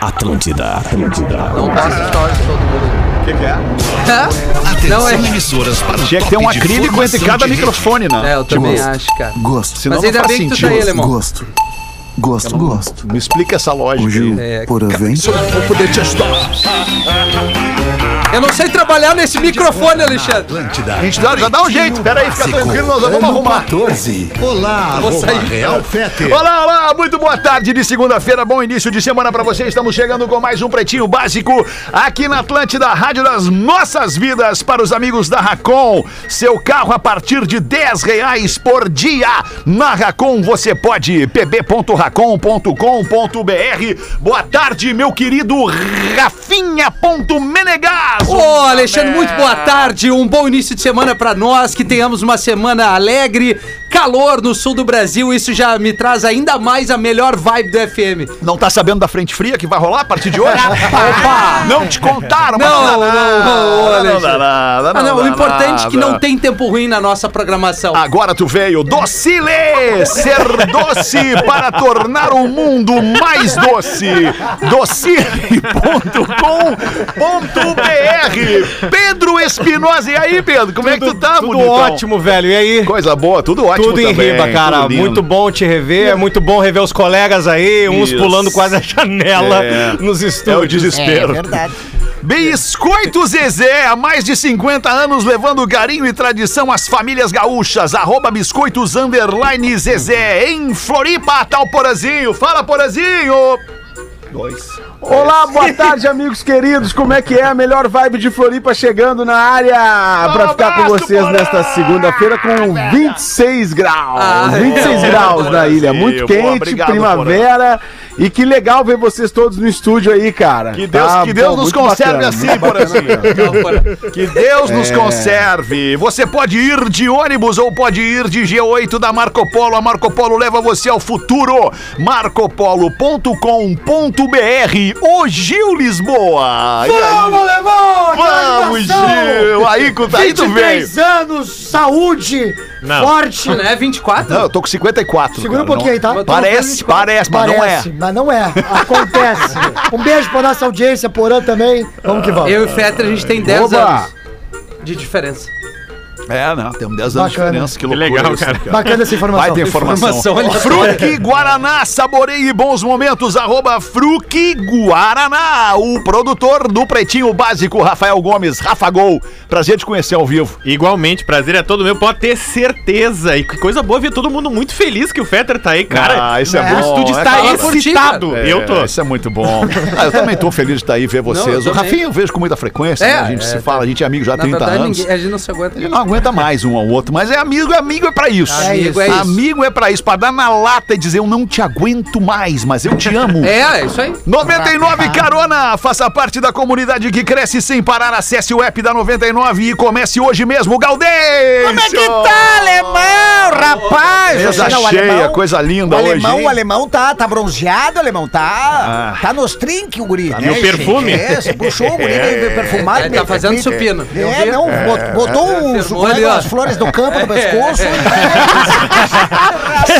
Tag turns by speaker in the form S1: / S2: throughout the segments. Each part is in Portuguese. S1: Atlântida, Atlântida.
S2: Não tá
S3: Ah.
S2: as stories todo mundo.
S4: O que, que é?
S5: Atenção,
S2: Não, é-
S5: emissoras para o
S4: Tinha que ter
S5: top
S4: um
S5: de
S4: acrílico entre
S5: formação
S4: cada
S5: de rede.
S4: microfone, né?
S2: É, eu também
S6: gosto.
S2: acho, cara.
S6: Gosto.
S4: Senão
S2: Mas
S4: não
S2: ainda
S4: faz
S2: bem que tu
S4: sentido.
S2: tá aí, Alemão.
S6: Gosto. Gosto, gosto.
S4: Me explica essa lógica.
S6: Hoje
S4: aí.
S2: É,
S6: o Porã vem.
S4: Vou poder te ajudar.
S2: Eu não sei trabalhar nesse microfone, Alexandre.
S5: Atlântida. um
S4: A gente dá, já dá um jeito. Pera aí, fica tranquilo, nós vamos arrumar.
S6: 14.
S5: Olá, arroba
S2: sair.
S5: Real Fete.
S4: Olá, olá, muito boa tarde de segunda-feira, bom início de semana pra você. Estamos chegando com mais um Pretinho Básico aqui na Atlântida, a Rádio das Nossas Vidas, para os amigos da Racon. Seu carro a partir de 10 reais por dia. Na Racon você pode, pb.racon.com.br. Boa tarde, meu querido Rafinha.menegas.
S2: Ô, Alexandre, muito boa tarde. Um bom início de semana pra nós. Que tenhamos uma semana alegre, calor no sul do Brasil. Isso já me traz ainda mais a melhor vibe do FM.
S4: Não tá sabendo da frente fria que vai rolar a partir de hoje?
S2: Opa!
S4: Não te contaram, mas
S2: Não,
S4: dá
S2: não,
S4: nada,
S2: não,
S4: dá
S2: Alexandre.
S4: nada,
S2: Ah, não, o
S4: dá
S2: importante é que
S4: nada.
S2: não tem tempo ruim na nossa programação.
S4: Agora tu veio, docile! Ser doce para tornar o mundo mais doce! docile.com.br Pedro Espinosa, e aí, Pedro? Como é que tu tá,
S3: Tudo
S4: bonitão?
S3: ótimo, velho. E aí?
S4: Coisa boa, tudo ótimo
S3: Tudo em
S4: também,
S3: riba, cara.
S4: tudo lindo.
S3: Muito bom te rever. É muito bom rever os colegas aí, uns
S4: Isso.
S3: pulando quase a janela
S4: É.
S3: nos
S4: É o
S3: estúdios.
S4: desespero. Biscoito Zezé, há mais de 50 anos levando carinho e tradição às famílias gaúchas. Arroba biscoitos underline Zezé, em Floripa, tal Porazinho. Fala, Porazinho!
S7: Olá, boa tarde, amigos queridos. Como é que é? A melhor vibe de Floripa chegando na área pra ficar com
S4: abraço,
S7: vocês
S4: Porã!
S7: nesta segunda-feira com 26 graus.
S2: Ah, é.
S7: 26 graus na ilha, muito
S4: Sim,
S7: quente,
S4: é, boa, obrigado,
S7: primavera. E que legal ver vocês todos no estúdio aí, cara.
S4: Que Deus,
S7: Tá
S4: que Deus
S7: bom,
S4: nos
S7: muito
S4: conserve
S7: bacana,
S4: assim,
S7: muito bacana
S4: Porazinho.
S7: mesmo. É.
S4: Que Deus nos conserve. Você pode ir de ônibus ou pode ir de G8 da Marco Polo. A Marco Polo leva você ao futuro. marcopolo.com.br. Ô Gil Lisboa. E aí?
S8: Vamos, Levão!
S4: Vamos, Gil. Aí, com- aí tu veio.
S8: 23 anos, saúde,
S3: Não.
S8: forte.
S2: Não é 24?
S4: Não, eu tô com 54.
S8: Segura um
S4: cara,
S8: pouquinho aí, tá?
S4: não- é? Parece, parece, mas não é.
S8: Parece, mas não é. Acontece. um beijo pra nossa audiência, Porã também. Vamos que vamos.
S2: Eu e Fetter, a gente tem 10
S7: Oba!
S2: anos de diferença.
S4: É, não. Temos 10 anos de
S8: Bacana.
S4: diferença. Que loucura.
S3: legal,
S4: isso,
S3: cara.
S8: Bacana essa
S4: Vai
S8: informação.
S4: ter informação.
S2: Informação, olha só.
S4: Fruque Guaraná, saboreie bons momentos, arroba Fruque Guaraná, o produtor do Pretinho Básico, Rafael Gomes, Rafa Gol, prazer te conhecer ao vivo.
S9: Igualmente, prazer é todo meu, pode ter certeza. E que coisa boa ver todo mundo muito feliz que o Fetter tá aí, cara.
S4: ah, isso é,
S9: o
S2: né?
S4: bom.
S9: estúdio
S4: é
S9: está
S4: claro.
S9: excitado.
S4: É,
S9: eu tô.
S4: Isso é muito bom. Ah, eu também tô feliz de estar aí ver
S2: Não, eu
S4: vocês. o
S2: também.
S4: Rafinha eu vejo com muita frequência,
S2: É,
S4: né? a gente
S2: é,
S4: se fala, a gente é amigo já há
S2: Na
S4: 30
S2: verdade,
S4: anos.
S2: ninguém, a gente não se aguenta.
S4: Ele não aguenta mais um ao outro, mas é amigo, amigo é pra isso.
S2: Amigo é isso.
S4: amigo é pra isso, pra dar na lata e dizer eu não te aguento mais, mas eu te amo.
S2: É, é isso aí.
S4: 99 Carona, faça parte da comunidade que cresce sem parar. Acesse o app da 99 e comece hoje mesmo, Galdês! Como é que tá,
S10: Alemão, rapaz!
S4: Mesa
S10: Você não, é o
S4: cheia,
S10: alemão-
S4: coisa linda
S10: O
S4: hoje.
S10: alemão,
S4: hein?
S10: o alemão tá, tá bronzeado, o alemão tá.
S4: Ah. Tá
S10: Tá nos trinques o guri.
S9: E o perfume?
S10: É, se puxou o guri é. perfumado.
S2: Ele tá
S10: né?
S2: fazendo supino. Eu
S10: É,
S2: vi.
S10: não, bot- botou os,
S2: Firmou ali, ó.
S10: as flores do campo no
S4: É.
S10: pescoço.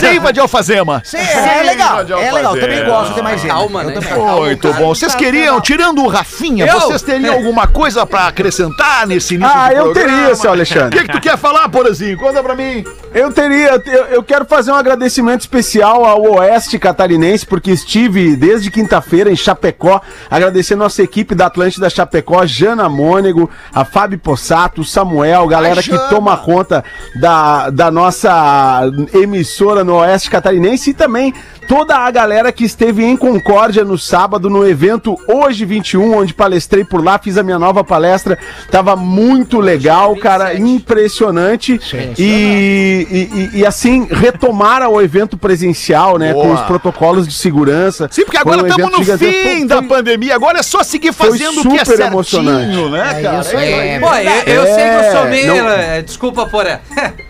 S4: Seiva de alfazema.
S10: Sim, é legal, é legal. Também gosto de mais gente.
S2: Calma, né, cara?
S4: Muito bom. Vocês queriam, tirando o Rafinha,
S2: Eu?
S4: vocês teriam alguma coisa pra acrescentar nesse início
S7: Ah,
S4: de
S7: eu
S4: programa?
S7: teria, seu
S4: O
S7: Alexandre.
S4: que, que tu quer falar, Porazinho? Conta pra mim.
S7: Eu teria, eu, eu quero fazer um agradecimento especial ao Oeste Catarinense, porque estive desde quinta-feira em Chapecó, agradecer a nossa equipe da Atlântida Chapecó, Jana Mônego, a Fábio Possato, o Samuel, galera que toma conta da, da nossa emissora no Oeste Catarinense e também toda a galera que esteve em Concórdia no sábado, no evento Hoje 21, onde palestrei por lá, fiz a minha nova palestra, tava muito legal, cara,
S2: 27.
S7: impressionante. E, e- e- e, assim, retomaram o evento presencial, né?
S4: Boa.
S7: Com os protocolos de segurança.
S4: Sim, porque
S7: Foi
S4: agora
S7: um
S4: estamos
S7: evento
S4: no
S7: gigantesco.
S4: fim
S7: Foi-
S4: da
S7: foi-
S4: pandemia. Agora é só seguir
S7: Foi
S4: fazendo o que é
S7: super
S4: certinho,
S7: emocionante.
S4: né, cara?
S10: É isso aí.
S2: Pô, eu, eu
S7: É,
S2: sei que eu sou meio.
S7: não-
S2: eh, É, Desculpa, Poré.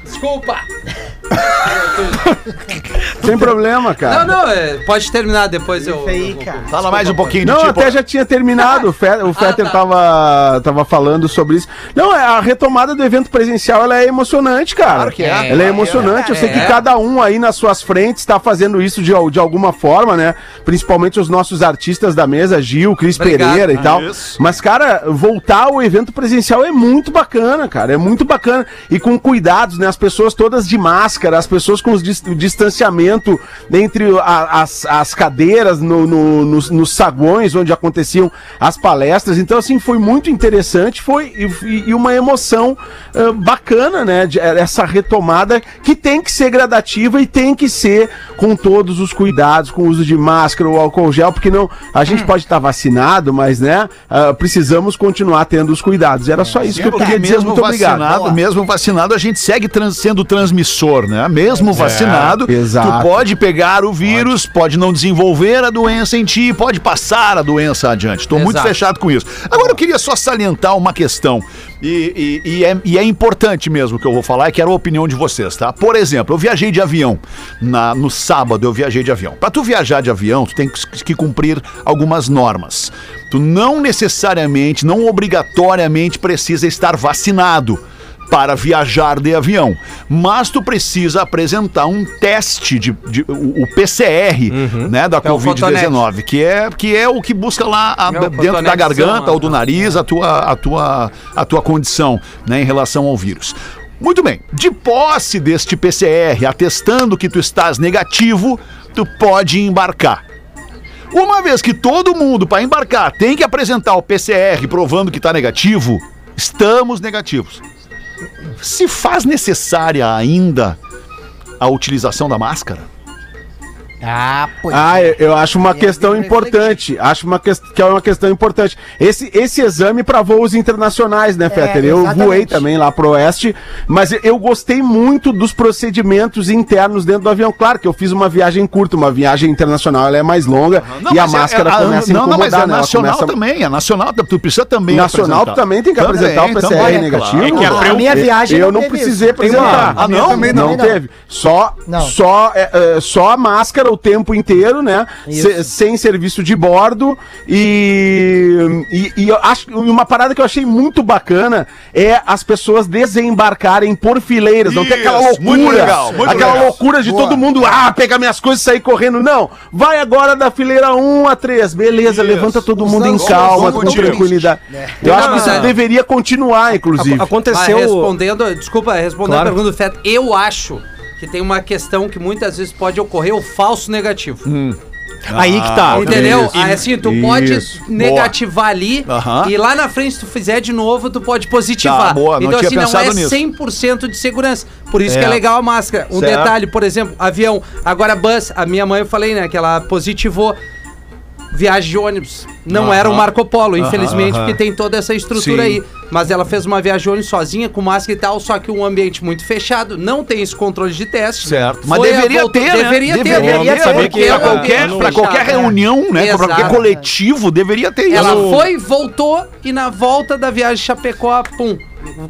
S2: Desculpa.
S7: Sem problema, cara.
S2: Não, não, é, pode terminar depois eu.
S8: aí,
S2: eu vou-
S8: cara.
S4: Fala mais um pouquinho.
S7: Não,
S4: tipo-
S7: até já tinha terminado. O Fe- O Fetter tava, tava falando sobre isso. Não, é, a retomada do evento presencial ela é emocionante, cara.
S4: Claro que é.
S7: Ela é emocionante. Eu sei que
S2: É.
S7: cada um aí nas suas frentes está fazendo isso de, al- de alguma forma, né? Principalmente os nossos artistas da mesa, Gil, Cris
S2: Obrigado.
S7: Pereira e tal.
S4: isso.
S7: Mas, cara, voltar ao evento presencial é muito bacana, cara. É muito bacana. E com cuidados, né? As pessoas todas de máscara, as pessoas com os dis- o distanciamento entre a- as, as cadeiras, no- no- nos, nos saguões onde aconteciam as palestras. Então, assim, foi muito interessante foi, e, e uma emoção ah, bacana, né? de- essa retomada que tem que ser gradativa e tem que ser com todos os cuidados, com o uso de máscara ou álcool gel, porque não a gente pode estar vacinado, mas né, ah, precisamos continuar tendo os cuidados. Era só É isso que eu
S4: Porque
S7: queria dizer.
S4: mesmo
S7: Muito obrigado.
S4: vacinado, mesmo vacinado, a gente segue trans- sendo transmissor, né? Mesmo vacinado, tu
S7: exato.
S4: pode pegar o vírus, pode. não desenvolver a doença em ti, pode passar a doença adiante. Estou muito
S2: Exato.
S4: fechado com isso. Agora eu queria só salientar uma questão. E, e- e é, e é importante mesmo o que eu vou falar, e quero a opinião de vocês, tá? Por exemplo, eu viajei de avião. Na- no sábado eu viajei de avião. Para tu viajar de avião, tu tem que, que cumprir algumas normas. Tu não necessariamente, não obrigatoriamente precisa estar vacinado para viajar de avião, mas tu precisa apresentar um teste de, de- o, o PCR, né, da
S2: É o
S4: COVID-19, que é que é o que busca lá a-
S2: É o
S4: dentro da
S2: cotonetezão,
S4: garganta
S2: né?
S4: ou do nariz a tua a tua a tua condição, né, em relação ao vírus. Muito bem. De posse deste PCR, atestando que tu estás negativo, tu pode embarcar. Uma vez que todo mundo, para embarcar, tem que apresentar o PCR provando que está negativo, estamos negativos. Se faz necessária ainda a utilização da máscara?
S10: Ah, pois é
S7: Ah, eu, eu acho uma
S10: Tem
S7: questão
S10: que refletir.
S7: importante. Acho uma que, que é uma questão importante. Esse, esse exame para voos internacionais,
S10: É,
S7: né, Fetter? eu
S8: exatamente.
S7: voei também lá pro oeste, mas eu- eu gostei muito dos procedimentos internos dentro do avião. Claro que eu fiz uma viagem curta, uma viagem internacional ela é mais longa e a
S4: mas é-
S7: máscara
S4: é- a-
S7: começa a
S4: Não,
S7: incomodar,
S4: não, mas é
S7: né? Ela
S4: nacional
S7: começa-
S4: também. É nacional, tu precisa também
S7: Nacional tu
S4: apresentar.
S7: também tem que apresentar o PCR
S4: também,
S7: negativo.
S3: É que a
S7: né?
S3: preu-
S8: minha viagem
S7: eu não
S8: teve
S7: precisei
S8: isso.
S7: apresentar.
S4: Ah,
S8: A minha
S4: não?
S8: também
S7: não, teve. Só,
S8: Não.
S7: Só, é, é, só a máscara o tempo inteiro, né? Se- sem serviço de bordo. E, e, e eu acho que uma parada que eu achei muito bacana é as pessoas desembarcarem por fileiras. Não tem aquela
S4: Isso,
S7: loucura.
S4: muito legal, muito
S7: aquela
S4: legal.
S7: loucura de todo mundo, ah, pegar minhas coisas e sair correndo. Não. Vai agora da fileira 1 a 3. Beleza, levanta todo mundo em
S4: nossos
S7: calma, com
S4: motivos.
S7: tranquilidade. Eu acho
S2: Não,
S7: que isso
S2: mas é.
S7: deveria continuar, inclusive.
S2: Mas
S3: Aconteceu.
S2: respondendo, desculpa, respondendo
S3: Claro.
S2: a pergunta do Feto, eu acho que tem uma questão que muitas vezes pode ocorrer o falso negativo.
S4: Hum.
S3: Aí que tá.
S2: entendeu?
S4: isso.
S2: Ah, assim, tu
S4: Isso.
S2: pode negativar ali
S4: Aham.
S2: e lá na frente se tu fizer de novo, tu pode positivar.
S4: Tá, boa, não
S2: então,
S4: tinha
S2: assim, não
S4: pensado
S2: é
S4: nisso.
S2: 100% de segurança. Por isso
S3: É.
S2: que é legal a máscara. Um
S3: Certo.
S2: detalhe, por exemplo, avião. Agora, bus, a minha mãe eu falei, né, que ela positivou. Viagem de ônibus. Não era o Marco Polo, infelizmente, porque tem toda essa estrutura aí. Mas ela fez uma viagem de ônibus sozinha, com máscara e tal, só que um ambiente muito fechado, não tem esse controle de teste.
S4: Certo. Mas
S2: Foi a
S4: deveria
S2: volta-
S4: ter, né?
S2: Deveria ter.
S4: Deveria
S3: ter, porque
S2: é um
S4: Pra qualquer,
S2: ambiente
S4: pra qualquer
S2: fechado.
S4: reunião, né? Pra qualquer
S2: Exato.
S4: coletivo, deveria ter isso.
S2: Ela foi, voltou e na volta da viagem de Chapecó, pum,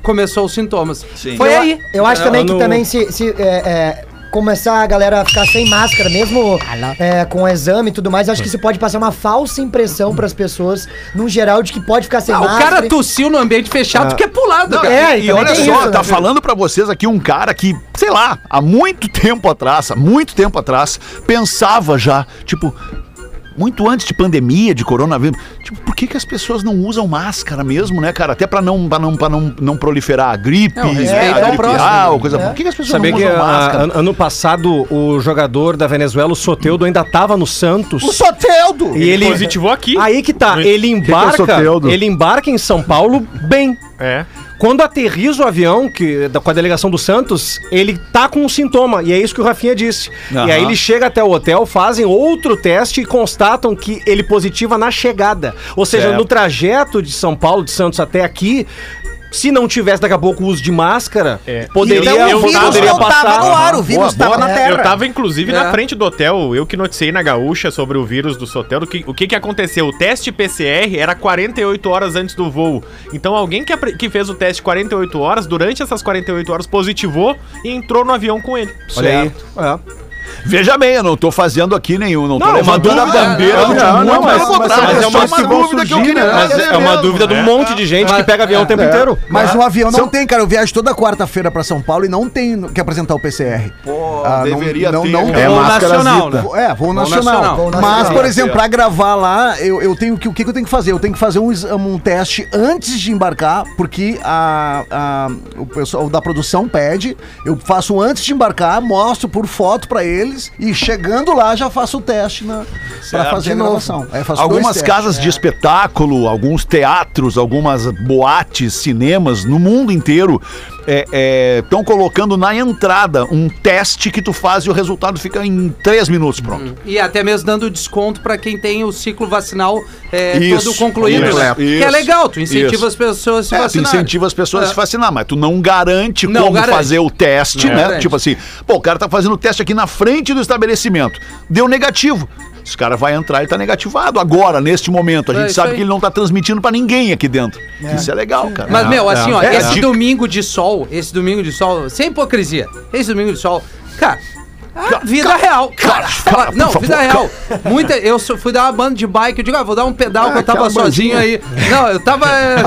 S2: começou os sintomas. Foi
S8: eu,
S2: aí. É,
S8: Eu acho também
S3: Eu
S8: que
S3: não-
S8: também se, se, é, é, começar a galera a ficar sem máscara, mesmo é, com o exame e tudo mais, acho que isso pode passar uma falsa impressão pras pessoas, no geral, de que pode ficar sem
S2: Ah, o
S8: máscara.
S4: tá
S2: cara tossiu no ambiente fechado, porque é pulado,
S4: Ah. Não,
S2: cara.
S8: é,
S4: e,
S8: e
S4: e olha
S8: também tem
S4: só,
S8: isso,
S4: tá
S8: né?
S4: falando pra vocês aqui um cara que, sei lá, há muito tempo atrás, há muito tempo atrás, pensava já, tipo, muito antes de pandemia, de coronavírus, tipo, por que, que as pessoas não usam máscara mesmo, né, cara? Até pra não, pra não, pra não, não proliferar a gripe,
S2: Não,
S4: né,
S2: respeito ao
S4: a gripe
S2: próximo, né? É.
S4: real, coisa. Por que, que as pessoas
S3: Saber
S4: não
S3: né? que
S4: usam
S3: a-
S4: máscara?
S3: an- ano passado o jogador da Venezuela, o Soteudo, ainda tava no Santos. O Soteudo! E ele
S9: positivou aqui.
S3: Aí que tá,
S4: é
S3: ele embarca,
S7: Soteudo?
S3: ele embarca em São Paulo bem.
S9: É.
S3: Quando aterriza o avião que, da, com a delegação do Santos, ele tá com um sintoma. E é isso que o Rafinha disse. E aí ele chega até o hotel, fazem outro teste e constatam que ele positiva na chegada. Ou seja, no trajeto de São Paulo, de Santos até aqui. se não tivesse daqui a pouco o uso de máscara,
S9: É.
S3: poderia,
S9: Então,
S3: eu
S9: o vírus não
S3: poderia
S9: tava
S3: passar.
S10: no ar, o vírus
S4: Boa,
S10: estava
S4: boa.
S10: na terra.
S9: Eu tava, inclusive,
S2: É.
S9: na frente do hotel, eu que noticiei na gaúcha sobre o vírus do Sotel. O que, o que que aconteceu? O teste PCR era 48 horas antes do voo. Então alguém que, apre- que fez o teste 48 horas, durante essas 48 horas, positivou e entrou no avião com ele.
S3: Olha aí.
S4: Veja bem, eu não tô fazendo aqui nenhum, não, tô
S3: Não, é uma
S4: levantando a
S3: dúvida,
S4: bandeira
S7: não,
S4: de
S7: não,
S4: muito,
S7: não, mas-
S4: pelo
S7: mas
S4: contrário,
S7: são
S4: é só
S7: questões
S4: uma
S7: que vão
S4: dúvida que eu
S7: surgir,
S4: queria
S7: né?
S3: Mas
S4: trazer
S3: é uma
S4: mesmo.
S3: dúvida de um
S4: É.
S3: monte de gente que pega avião o tempo inteiro.
S10: É,
S3: É.
S10: Mas o avião não tem, cara. Eu viajo toda quarta-feira pra São Paulo e não tem que apresentar o PCR.
S4: Pô,
S10: Ah, não-
S4: deveria
S10: não-
S4: ter. né?
S10: não-
S4: cara.
S7: É
S2: Voo
S7: máscara
S2: nacional,
S7: zita.
S2: né?
S10: Vou- É, voo
S2: nacional.
S10: nacional.
S2: Vou
S10: Mas,
S8: nacional.
S10: por exemplo, pra gravar lá, eu, eu tenho que. O que, que eu tenho que fazer? Eu tenho que fazer um, exame- um teste antes de embarcar, porque a, a- o pessoal da produção pede. Eu faço antes de embarcar, mostro por foto pra eles e chegando lá já faço o teste na, pra
S4: Certo.
S10: fazer a
S4: De novo.
S10: gravação. É, faço dois
S4: Algumas
S10: testes. É.
S4: casas de espetáculo, alguns teatros, algumas boates, cinemas no mundo inteiro estão colocando na entrada um teste que tu faz e o resultado fica em três minutos pronto.
S2: E até mesmo dando desconto pra quem tem o ciclo vacinal é,
S4: Isso,
S2: todo concluído.
S4: isso,
S2: né?
S4: isso,
S2: que é legal, tu incentiva
S4: isso.
S2: as pessoas a se
S4: É, tu
S2: vacinar. É.
S4: incentiva as pessoas a se vacinar, mas tu não garante
S2: Não
S4: como
S2: garante.
S4: fazer o teste,
S2: Não
S4: né?
S2: garante.
S4: Tipo assim, pô, o cara tá fazendo o teste aqui na frente do estabelecimento, deu negativo. Esse cara vai entrar e tá negativado agora, neste momento. A
S2: É,
S4: gente
S2: isso
S4: sabe
S2: aí.
S4: que ele não tá transmitindo pra ninguém aqui dentro. Isso é legal, cara.
S2: Mas,
S4: É.
S2: meu, assim, ó,
S4: É,
S2: esse
S4: dica.
S2: domingo de sol, esse domingo de sol, sem hipocrisia, esse domingo de sol, cara. a
S4: Cara,
S2: vida
S4: cara,
S2: real, cara.
S4: cara,
S2: fala-
S4: cara, por
S2: não,
S4: favor,
S2: vida
S4: cara.
S2: real. Muita, eu só fui dar uma banda de bike, eu digo, ah, vou dar um pedal que eu tava
S4: aquela
S2: sozinho aí. Não, eu tava. é, é,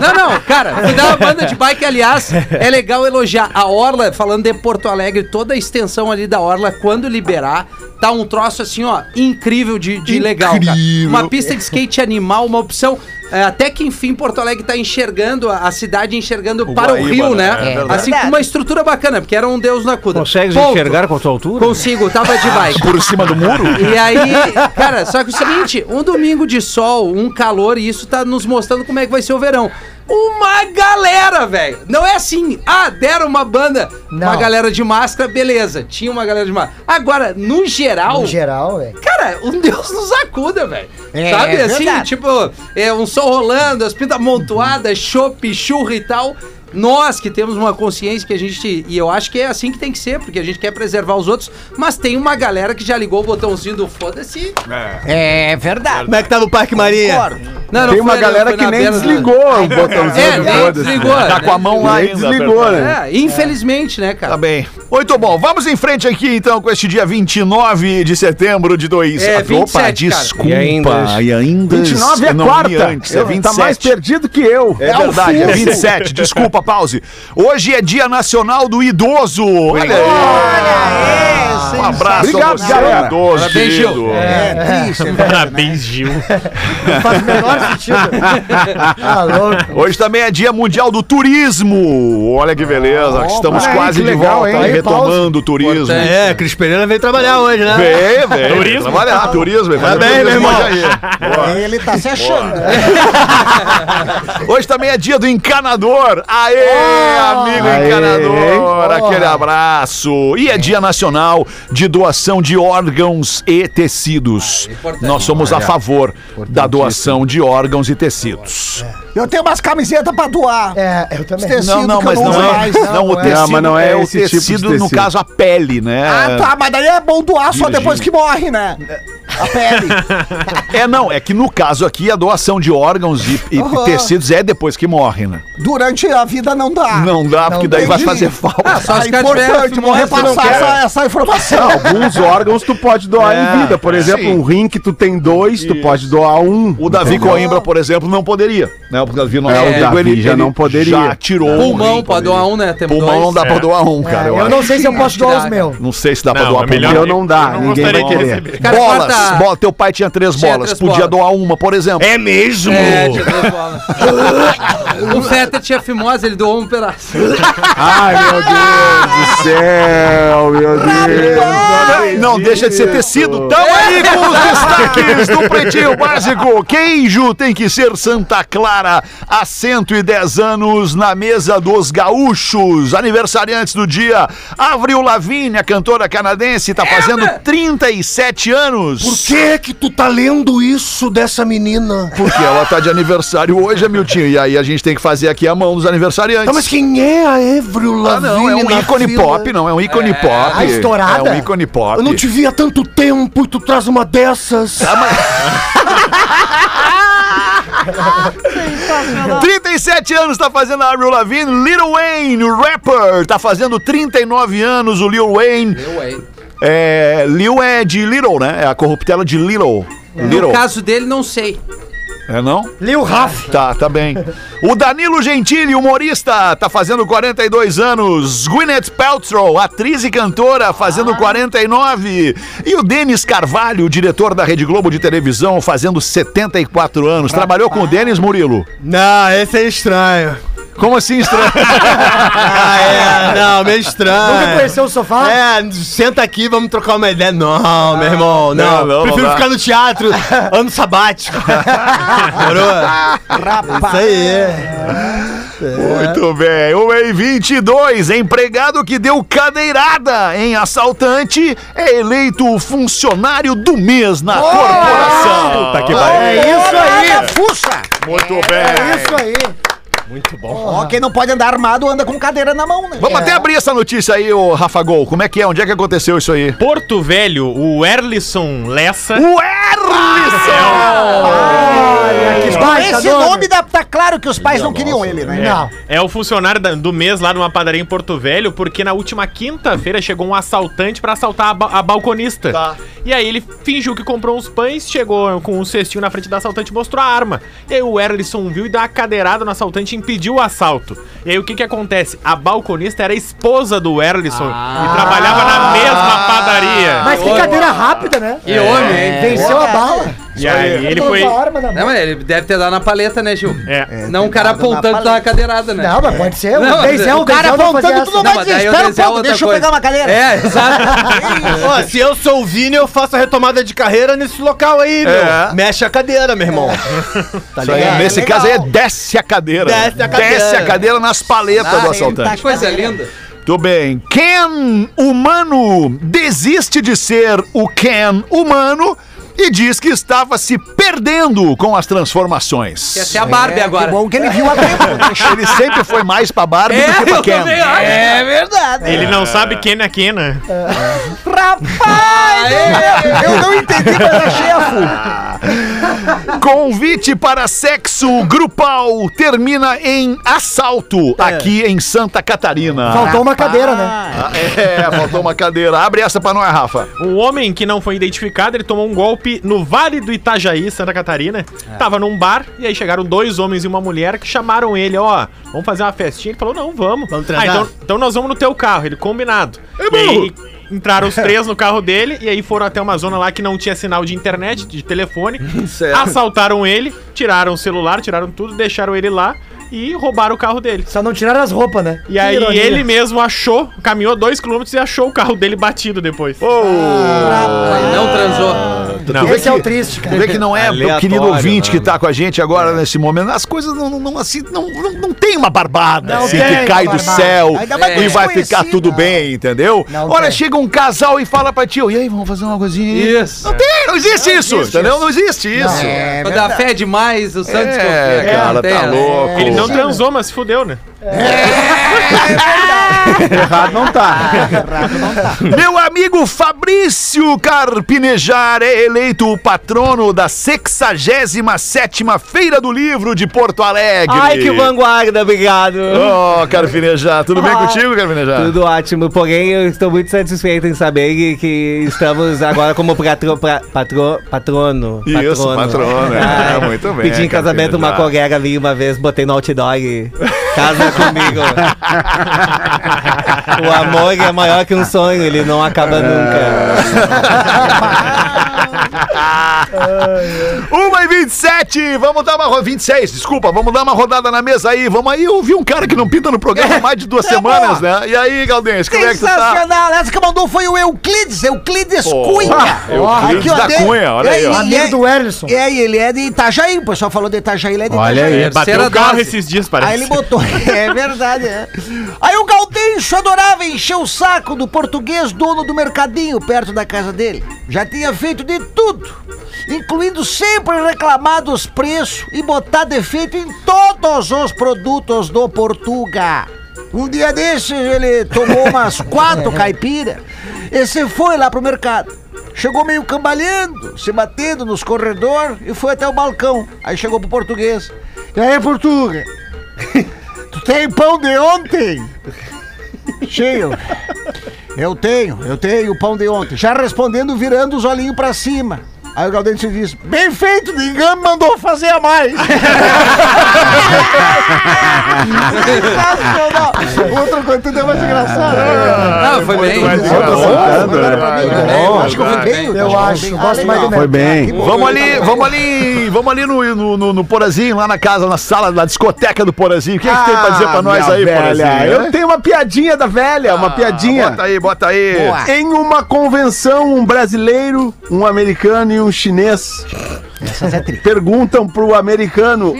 S2: Não, não, cara, fui dar uma banda de bike, aliás, é legal elogiar a Orla, falando de Porto Alegre, toda a extensão ali da Orla, quando liberar, tá um troço assim, ó, incrível de, de legal, cara. Uma pista de skate animal, uma opção. é, até que enfim Porto Alegre tá enxergando, a a cidade enxergando para o
S4: Guaíba,
S2: rio,
S4: né?
S2: né?
S4: É verdade.
S2: assim, com uma estrutura bacana, porque era um deus na cuda.
S3: Consegue
S2: Ponto.
S3: enxergar com a tua altura? Ah,
S2: Consigo, tava de bike.
S4: Por cima do muro?
S2: E aí, cara, só que o seguinte, um domingo de sol, um calor, e isso tá nos mostrando como é que vai ser o verão. Uma galera, velho. Não é assim, ah, deram uma banda, uma
S8: Não.
S2: galera de máscara, beleza, tinha uma galera de máscara. Agora, no geral,
S8: No geral, é. velho.
S2: cara, um Deus nos acuda, velho.
S10: É,
S2: Sabe,
S10: é
S2: assim,
S10: verdade.
S2: tipo, é, um sol rolando, as pintas amontoadas, chopp, churra e tal. Nós que temos uma consciência que a gente. E eu acho que é assim que tem que ser, porque a gente quer preservar os outros, mas tem uma galera que já ligou o botãozinho do foda-se.
S10: É verdade.
S3: Como é que tá no Parque Maria?
S2: Não, não
S7: Tem uma
S2: foi, não,
S7: galera
S2: foi
S7: que
S2: na
S7: nem
S2: beira da-
S7: desligou o botãozinho
S2: É,
S7: do
S2: nem
S7: foda-se. né?
S2: desligou.
S4: Tá com a mão lá
S7: Nem
S4: ainda.
S7: desligou, né?
S2: É, infelizmente, né, cara?
S4: Tá bem. Muito bom. Vamos em frente aqui, então, com este dia 29 de setembro de 2.
S2: É, 27, cara.
S4: desculpa.
S3: E ainda-
S4: E ainda
S7: 29 é
S4: eu não li
S7: quarta.
S4: antes, é
S7: Eu-
S4: 27.
S7: Tá mais perdido que eu.
S4: É, verdade, é 27. Desculpa, pause. Hoje é Dia Nacional do Idoso. Olha aí. Um abraço
S7: Obrigado,
S4: a você,
S7: galera.
S4: idoso.
S2: Parabéns, Gil.
S4: querido.
S10: É triste.
S9: Parabéns, Gil.
S8: Não faz o menor sentido. Tá louco.
S4: Hoje também é Dia Mundial do Turismo. Olha que beleza. Estamos
S7: aí,
S4: quase
S7: que
S4: de
S7: legal,
S4: volta,
S7: hein?
S4: aí,
S7: Aí,
S4: retomando o turismo.
S2: Importante.
S3: É, Cris Pereira veio trabalhar hoje, né?
S4: Vem, vem.
S9: Turismo. Tá
S4: Trabalhar, turismo. vem fazer
S3: bem,
S4: turismo
S3: meu irmão.
S4: hoje aí.
S10: Ele tá se achando.
S4: Hoje também é dia do encanador. Aê,
S10: Oh!
S4: amigo
S7: Aê,
S4: encanador.
S7: hein?
S4: Aquele abraço. E é dia nacional de doação de órgãos e tecidos. Nós somos
S7: É.
S4: a favor da doação de órgãos e tecidos.
S10: Eu tenho umas camisetas pra doar.
S8: É, eu também.
S10: Tecido
S4: Não, não,
S10: que
S4: mas
S10: eu
S4: não,
S10: uso
S4: é.
S10: mais.
S4: Não, o
S8: não é.
S4: tecido
S7: Não, mas não é
S4: o
S7: esse tipo de
S4: tecido, no
S7: tecido.
S4: caso, a pele, né?
S10: Ah, tá, mas daí é bom doar só
S4: Virgínia.
S10: depois que morre, né? A pele.
S4: É, não, é que no caso aqui, a doação de órgãos e, e
S10: Aham.
S4: tecidos é depois que morre, né?
S10: Durante a vida não dá.
S4: Não dá, porque daí vai
S10: entendi.
S4: fazer falta.
S2: Ah, só
S10: É
S2: se ficar de pé,
S10: importante
S2: tu
S10: morrer
S2: morre, tu não
S10: passar
S2: quer.
S10: essa, essa informação.
S7: Alguns órgãos tu pode doar em vida. Por exemplo,
S4: Sim.
S7: um rim que tu tem dois, tu pode doar um.
S4: O Davi Coimbra, por exemplo, não poderia. Né? O Davi, não,
S7: É, o Davi já não poderia.
S4: Já tirou um
S2: Pulmão
S4: rim,
S2: pra
S4: poderia.
S2: doar um, né? Temos
S4: Pulmão não dá pra doar um, cara.
S8: É,
S4: eu
S8: eu
S4: acho.
S8: não sei se eu posso doar
S10: é
S8: os meus.
S4: Não sei se dá pra
S9: Não,
S4: doar
S9: é
S4: pulmão.
S9: melhor-
S7: Eu não dá,
S9: Eu não
S7: ninguém vai
S9: gostaria de
S7: querer.
S9: receber.
S2: Cara,
S4: bolas.
S2: quarta-
S4: bola- teu pai tinha três
S2: Tinha
S4: bolas.
S2: três
S4: Podia
S2: bolas.
S4: doar uma, por exemplo.
S9: É mesmo?
S2: É, tinha duas bolas. o Fetter tinha fimose, ele doou um pedaço.
S7: Ai, meu Deus do céu, meu Deus.
S4: Não deixa de ser tecido. Tamo aí com os destaques do Pretinho Básico. Queijo tem que ser Santa Clara. Há 110 anos na mesa dos gaúchos. Aniversariantes do dia. Avril Lavigne, a cantora canadense, tá fazendo 37 anos.
S10: que que tu tá lendo isso dessa menina?
S4: Porque ela tá de aniversário hoje, Hamiltinho. E aí a gente tem que fazer aqui a mão dos aniversariantes.
S11: Então,
S10: Tá, mas quem é a Evril
S4: Ah,
S10: Lavigne
S4: não, é um
S10: na
S4: ícone
S10: fila?
S4: pop, não. É um ícone pop.
S8: Ah, estourada.
S4: É um ícone pop.
S10: Eu não te vi há tanto tempo e tu traz uma dessas.
S4: Ah, 37 anos tá fazendo a Avril Lavigne. Lil Wayne, o rapper, tá fazendo 39 anos o Lil Wayne.
S2: Eu, hein?
S4: É, Lil é de Little, né? É a corruptela de Little.
S2: No
S4: Little.
S2: caso dele, não sei.
S4: É não?
S2: Lil Raf.
S4: Tá, tá bem. O Danilo Gentili, humorista, tá fazendo 42 anos. Gwyneth Paltrow, atriz e cantora, fazendo
S1: Ah.
S4: 49. E o Denis Carvalho, diretor da Rede Globo de televisão, fazendo 74 anos. Trabalhou com o Denis Murilo.
S1: Não, esse é estranho.
S4: Como assim, estranho?
S1: Ah, é. Não, meio estranho.
S8: Nunca conheceu o sofá?
S1: É, senta aqui, vamos trocar uma ideia. Não, meu irmão, não.
S4: Não, não,
S1: Prefiro
S4: não dá.
S1: ficar no teatro, ano sabático. Rapaz. Isso aí. é.
S4: Muito bem. Um O E22, empregado que deu cadeirada em assaltante, é eleito o funcionário do mês na corporação. Puta que
S10: É isso aí. Puxa.
S4: Muito bem.
S8: Isso aí.
S10: Ó, quem não pode andar armado anda com cadeira na mão, né?
S4: Vamos até abrir essa notícia aí, ô Rafa Gol. Como é que é? Onde é que aconteceu isso aí?
S9: Porto Velho, o Erlisson Lessa.
S4: O Erlisson!
S9: Ah,
S10: Então, Esse nome dá, tá claro que os pais não queriam ele, né?
S9: É, é o funcionário da- do mês lá numa padaria em Porto Velho, porque na última quinta-feira chegou um assaltante pra assaltar a, ba- a balconista.
S4: Tá.
S9: E aí ele fingiu que comprou uns pães, chegou com um cestinho na frente do assaltante e mostrou a arma. E aí o Erlisson viu e deu uma cadeirada no assaltante e impediu o assalto. E aí o que que acontece? A balconista era a esposa do Erlisson e trabalhava na mesma padaria.
S8: Ah. Mas que cadeira rápida, né?
S2: E homem, hein?
S8: Venceu a bala.
S9: e aí ele
S8: Botou
S9: foi...
S8: a arma na
S2: É. Não,
S8: mão.
S2: mas ele deve ter dado na paleta, né, Gil?
S9: É.
S2: Não o cara
S10: dado na
S2: apontando
S10: paleta.
S2: da cadeirada, né?
S8: Não, mas pode ser. um
S2: Não,
S8: O Denzel,
S2: o
S8: o cara
S10: apontando
S8: voltando
S10: tudo
S8: tudo
S10: na-
S8: na...
S10: mas
S2: daí
S10: diz,
S2: o
S10: espera um
S2: Denzel
S10: pouco,
S2: outra
S10: deixa eu
S2: coisa.
S10: pegar uma cadeira.
S2: É, exato.
S1: Ó, se eu sou o Vini, eu faço a retomada de carreira nesse local aí, meu.
S4: É.
S1: Mexe a cadeira, meu irmão. Tá
S4: Isso aí,
S1: ligado?
S4: nesse
S10: legal.
S4: caso aí é desce a cadeira.
S1: Desce a cadeira. Ah, tá.
S4: Desce a cadeira nas paletas do assaltante.
S2: Que coisa linda.
S4: Tudo bem. Ken humano desiste de ser o Ken humano e diz que estava se perdendo com as transformações.
S2: Quer ser é a Barbie agora.
S10: Bom É, que ele viu a tempo.
S4: Ele sempre foi mais pra Barbie do
S2: É,
S4: que pra
S2: eu
S4: Ken.
S2: também acho.
S4: É
S9: Ele não sabe quem é quem, né?
S10: Eu não entendi, mas achei a fuga.
S4: Convite para sexo grupal termina em assalto
S10: É.
S4: aqui em Santa Catarina.
S8: Faltou uma cadeira, né?
S4: Ah, É, faltou uma cadeira. Abre essa pra nós, Rafa.
S9: Um homem que não foi identificado, ele tomou um golpe no Vale do Itajaí, Santa Catarina.
S1: É.
S9: Tava num bar e aí chegaram dois homens e uma mulher que chamaram ele, ó, vamos fazer uma festinha. Ele falou, não, vamos.
S1: Vamos transar? É
S9: então, então nós vamos no teu carro, ele combinado. e aí entraram os três no carro dele e aí foram até uma zona lá que não tinha sinal de internet, de telefone. assaltaram ele, tiraram o celular, tiraram tudo, deixaram ele lá e roubaram o carro dele.
S8: Só não tiraram as roupas, né?
S9: E aí ele mesmo achou, caminhou dois quilômetros e achou o carro dele batido depois.
S2: Aí Não transou.
S9: Não.
S8: Esse é o triste,
S4: Tu
S8: cara.
S4: vê que não é o
S3: Aleatório,
S4: querido ouvinte
S3: né?
S4: que tá com a gente agora nesse momento. As coisas não, não- não, assim, não, não, não tem uma barbada assim
S8: tem
S4: que cai
S8: uma
S4: do
S8: barbada.
S4: céu
S10: Ainda mais
S4: e vai
S10: desconhecida.
S4: ficar tudo bem, entendeu?
S8: Não
S4: Olha,
S8: tem.
S4: chega um casal e fala pra tio, e aí, vamos fazer uma coisinha aí?
S2: Isso.
S4: Não tem, não existe isso, entendeu? Não existe isso.
S10: É,
S2: Quando a fé é demais, o Santos
S4: É,
S2: confia,
S4: cara,
S2: não tem
S4: tá
S2: essa.
S4: louco.
S9: Ele não transou, mas se fudeu, né?
S7: Errado não tá.
S4: Meu amigo Fabrício Carpinejar é eleito o patrono da 67ª Feira do Livro de Porto Alegre.
S3: Ai, que vanguarda, obrigado.
S4: Ô, Carpinejar, tudo bem
S3: Ah.
S4: contigo, Carpinejar?
S3: Tudo ótimo, porém eu estou muito satisfeito em saber que, que estamos agora como patro, pra- patro- patrono.
S4: Isso, patrono, é,
S3: Ai,
S4: muito bem,
S3: Pedi em casamento
S4: Carpinejá.
S3: uma colega minha uma vez, botei no outdoor e casa comigo. o amor é maior que um sonho, ele não
S4: É.
S3: acaba nunca.
S4: 1 e 27, vamos dar uma rodada. 26, desculpa, vamos dar uma rodada na mesa aí. Vamos aí ouvir um cara que não pinta no programa há mais de duas semanas, né? E aí, Galdense, como é que tu tá?
S10: Sensacional! Essa que mandou foi o Euclides, Euclides
S4: Pô,
S10: Cunha.
S4: Euclides
S10: Aqui, ó,
S4: da
S10: de-
S4: Cunha, olha aí,
S10: é,
S4: ó.
S10: ele
S8: Amigo
S10: é-
S8: do Ellison.
S10: É, e ele é de Itajaí, o pessoal falou de Itajaí, ele é de
S1: Olha
S10: Itajaí.
S1: aí.
S9: Bateu
S2: Terceira
S9: o carro
S2: dose.
S9: esses dias,
S10: Aí
S9: parece.
S10: ele botou, é verdade, é. Aí o Gaudêncio adorava encher o saco do português dono do mercadinho perto da casa dele. Já tinha feito de tudo tudo, incluindo sempre reclamar dos preços e botar defeito em todos os produtos do Portuga. Um dia desses ele tomou umas quatro caipiras e se foi lá pro mercado. Chegou meio cambalhando, se batendo nos corredores e foi até o balcão. Aí chegou pro português. E aí, Portuga? Tu tem pão de ontem? Cheio. Eu tenho, eu tenho o pão de ontem. Já respondendo, virando os olhinhos pra cima. Aí o Gaudêncio disse: Bem feito, ninguém me mandou fazer a mais. Sensacional. Outra coisa tudo é mais engraçado.
S2: Ah, foi bem.
S4: É. né?
S10: Acho que eu fui bem.
S8: Eu acho, eu gosto mais do Neto.
S7: Foi bem.
S4: Ah, Vamos ali, vamos ali, vamos ali no, no, no, no Porazinho, lá na casa, na sala, na discoteca do Porazinho. O que, é que tem pra dizer pra nós
S7: Ah, minha
S4: aí, né?
S7: velha,
S4: Porazinho?
S7: Eu tenho uma piadinha da velha, uma piadinha.
S4: Bota aí, bota aí.
S7: Em uma convenção, um brasileiro, um americano e um chinês
S10: é
S7: perguntam pro americano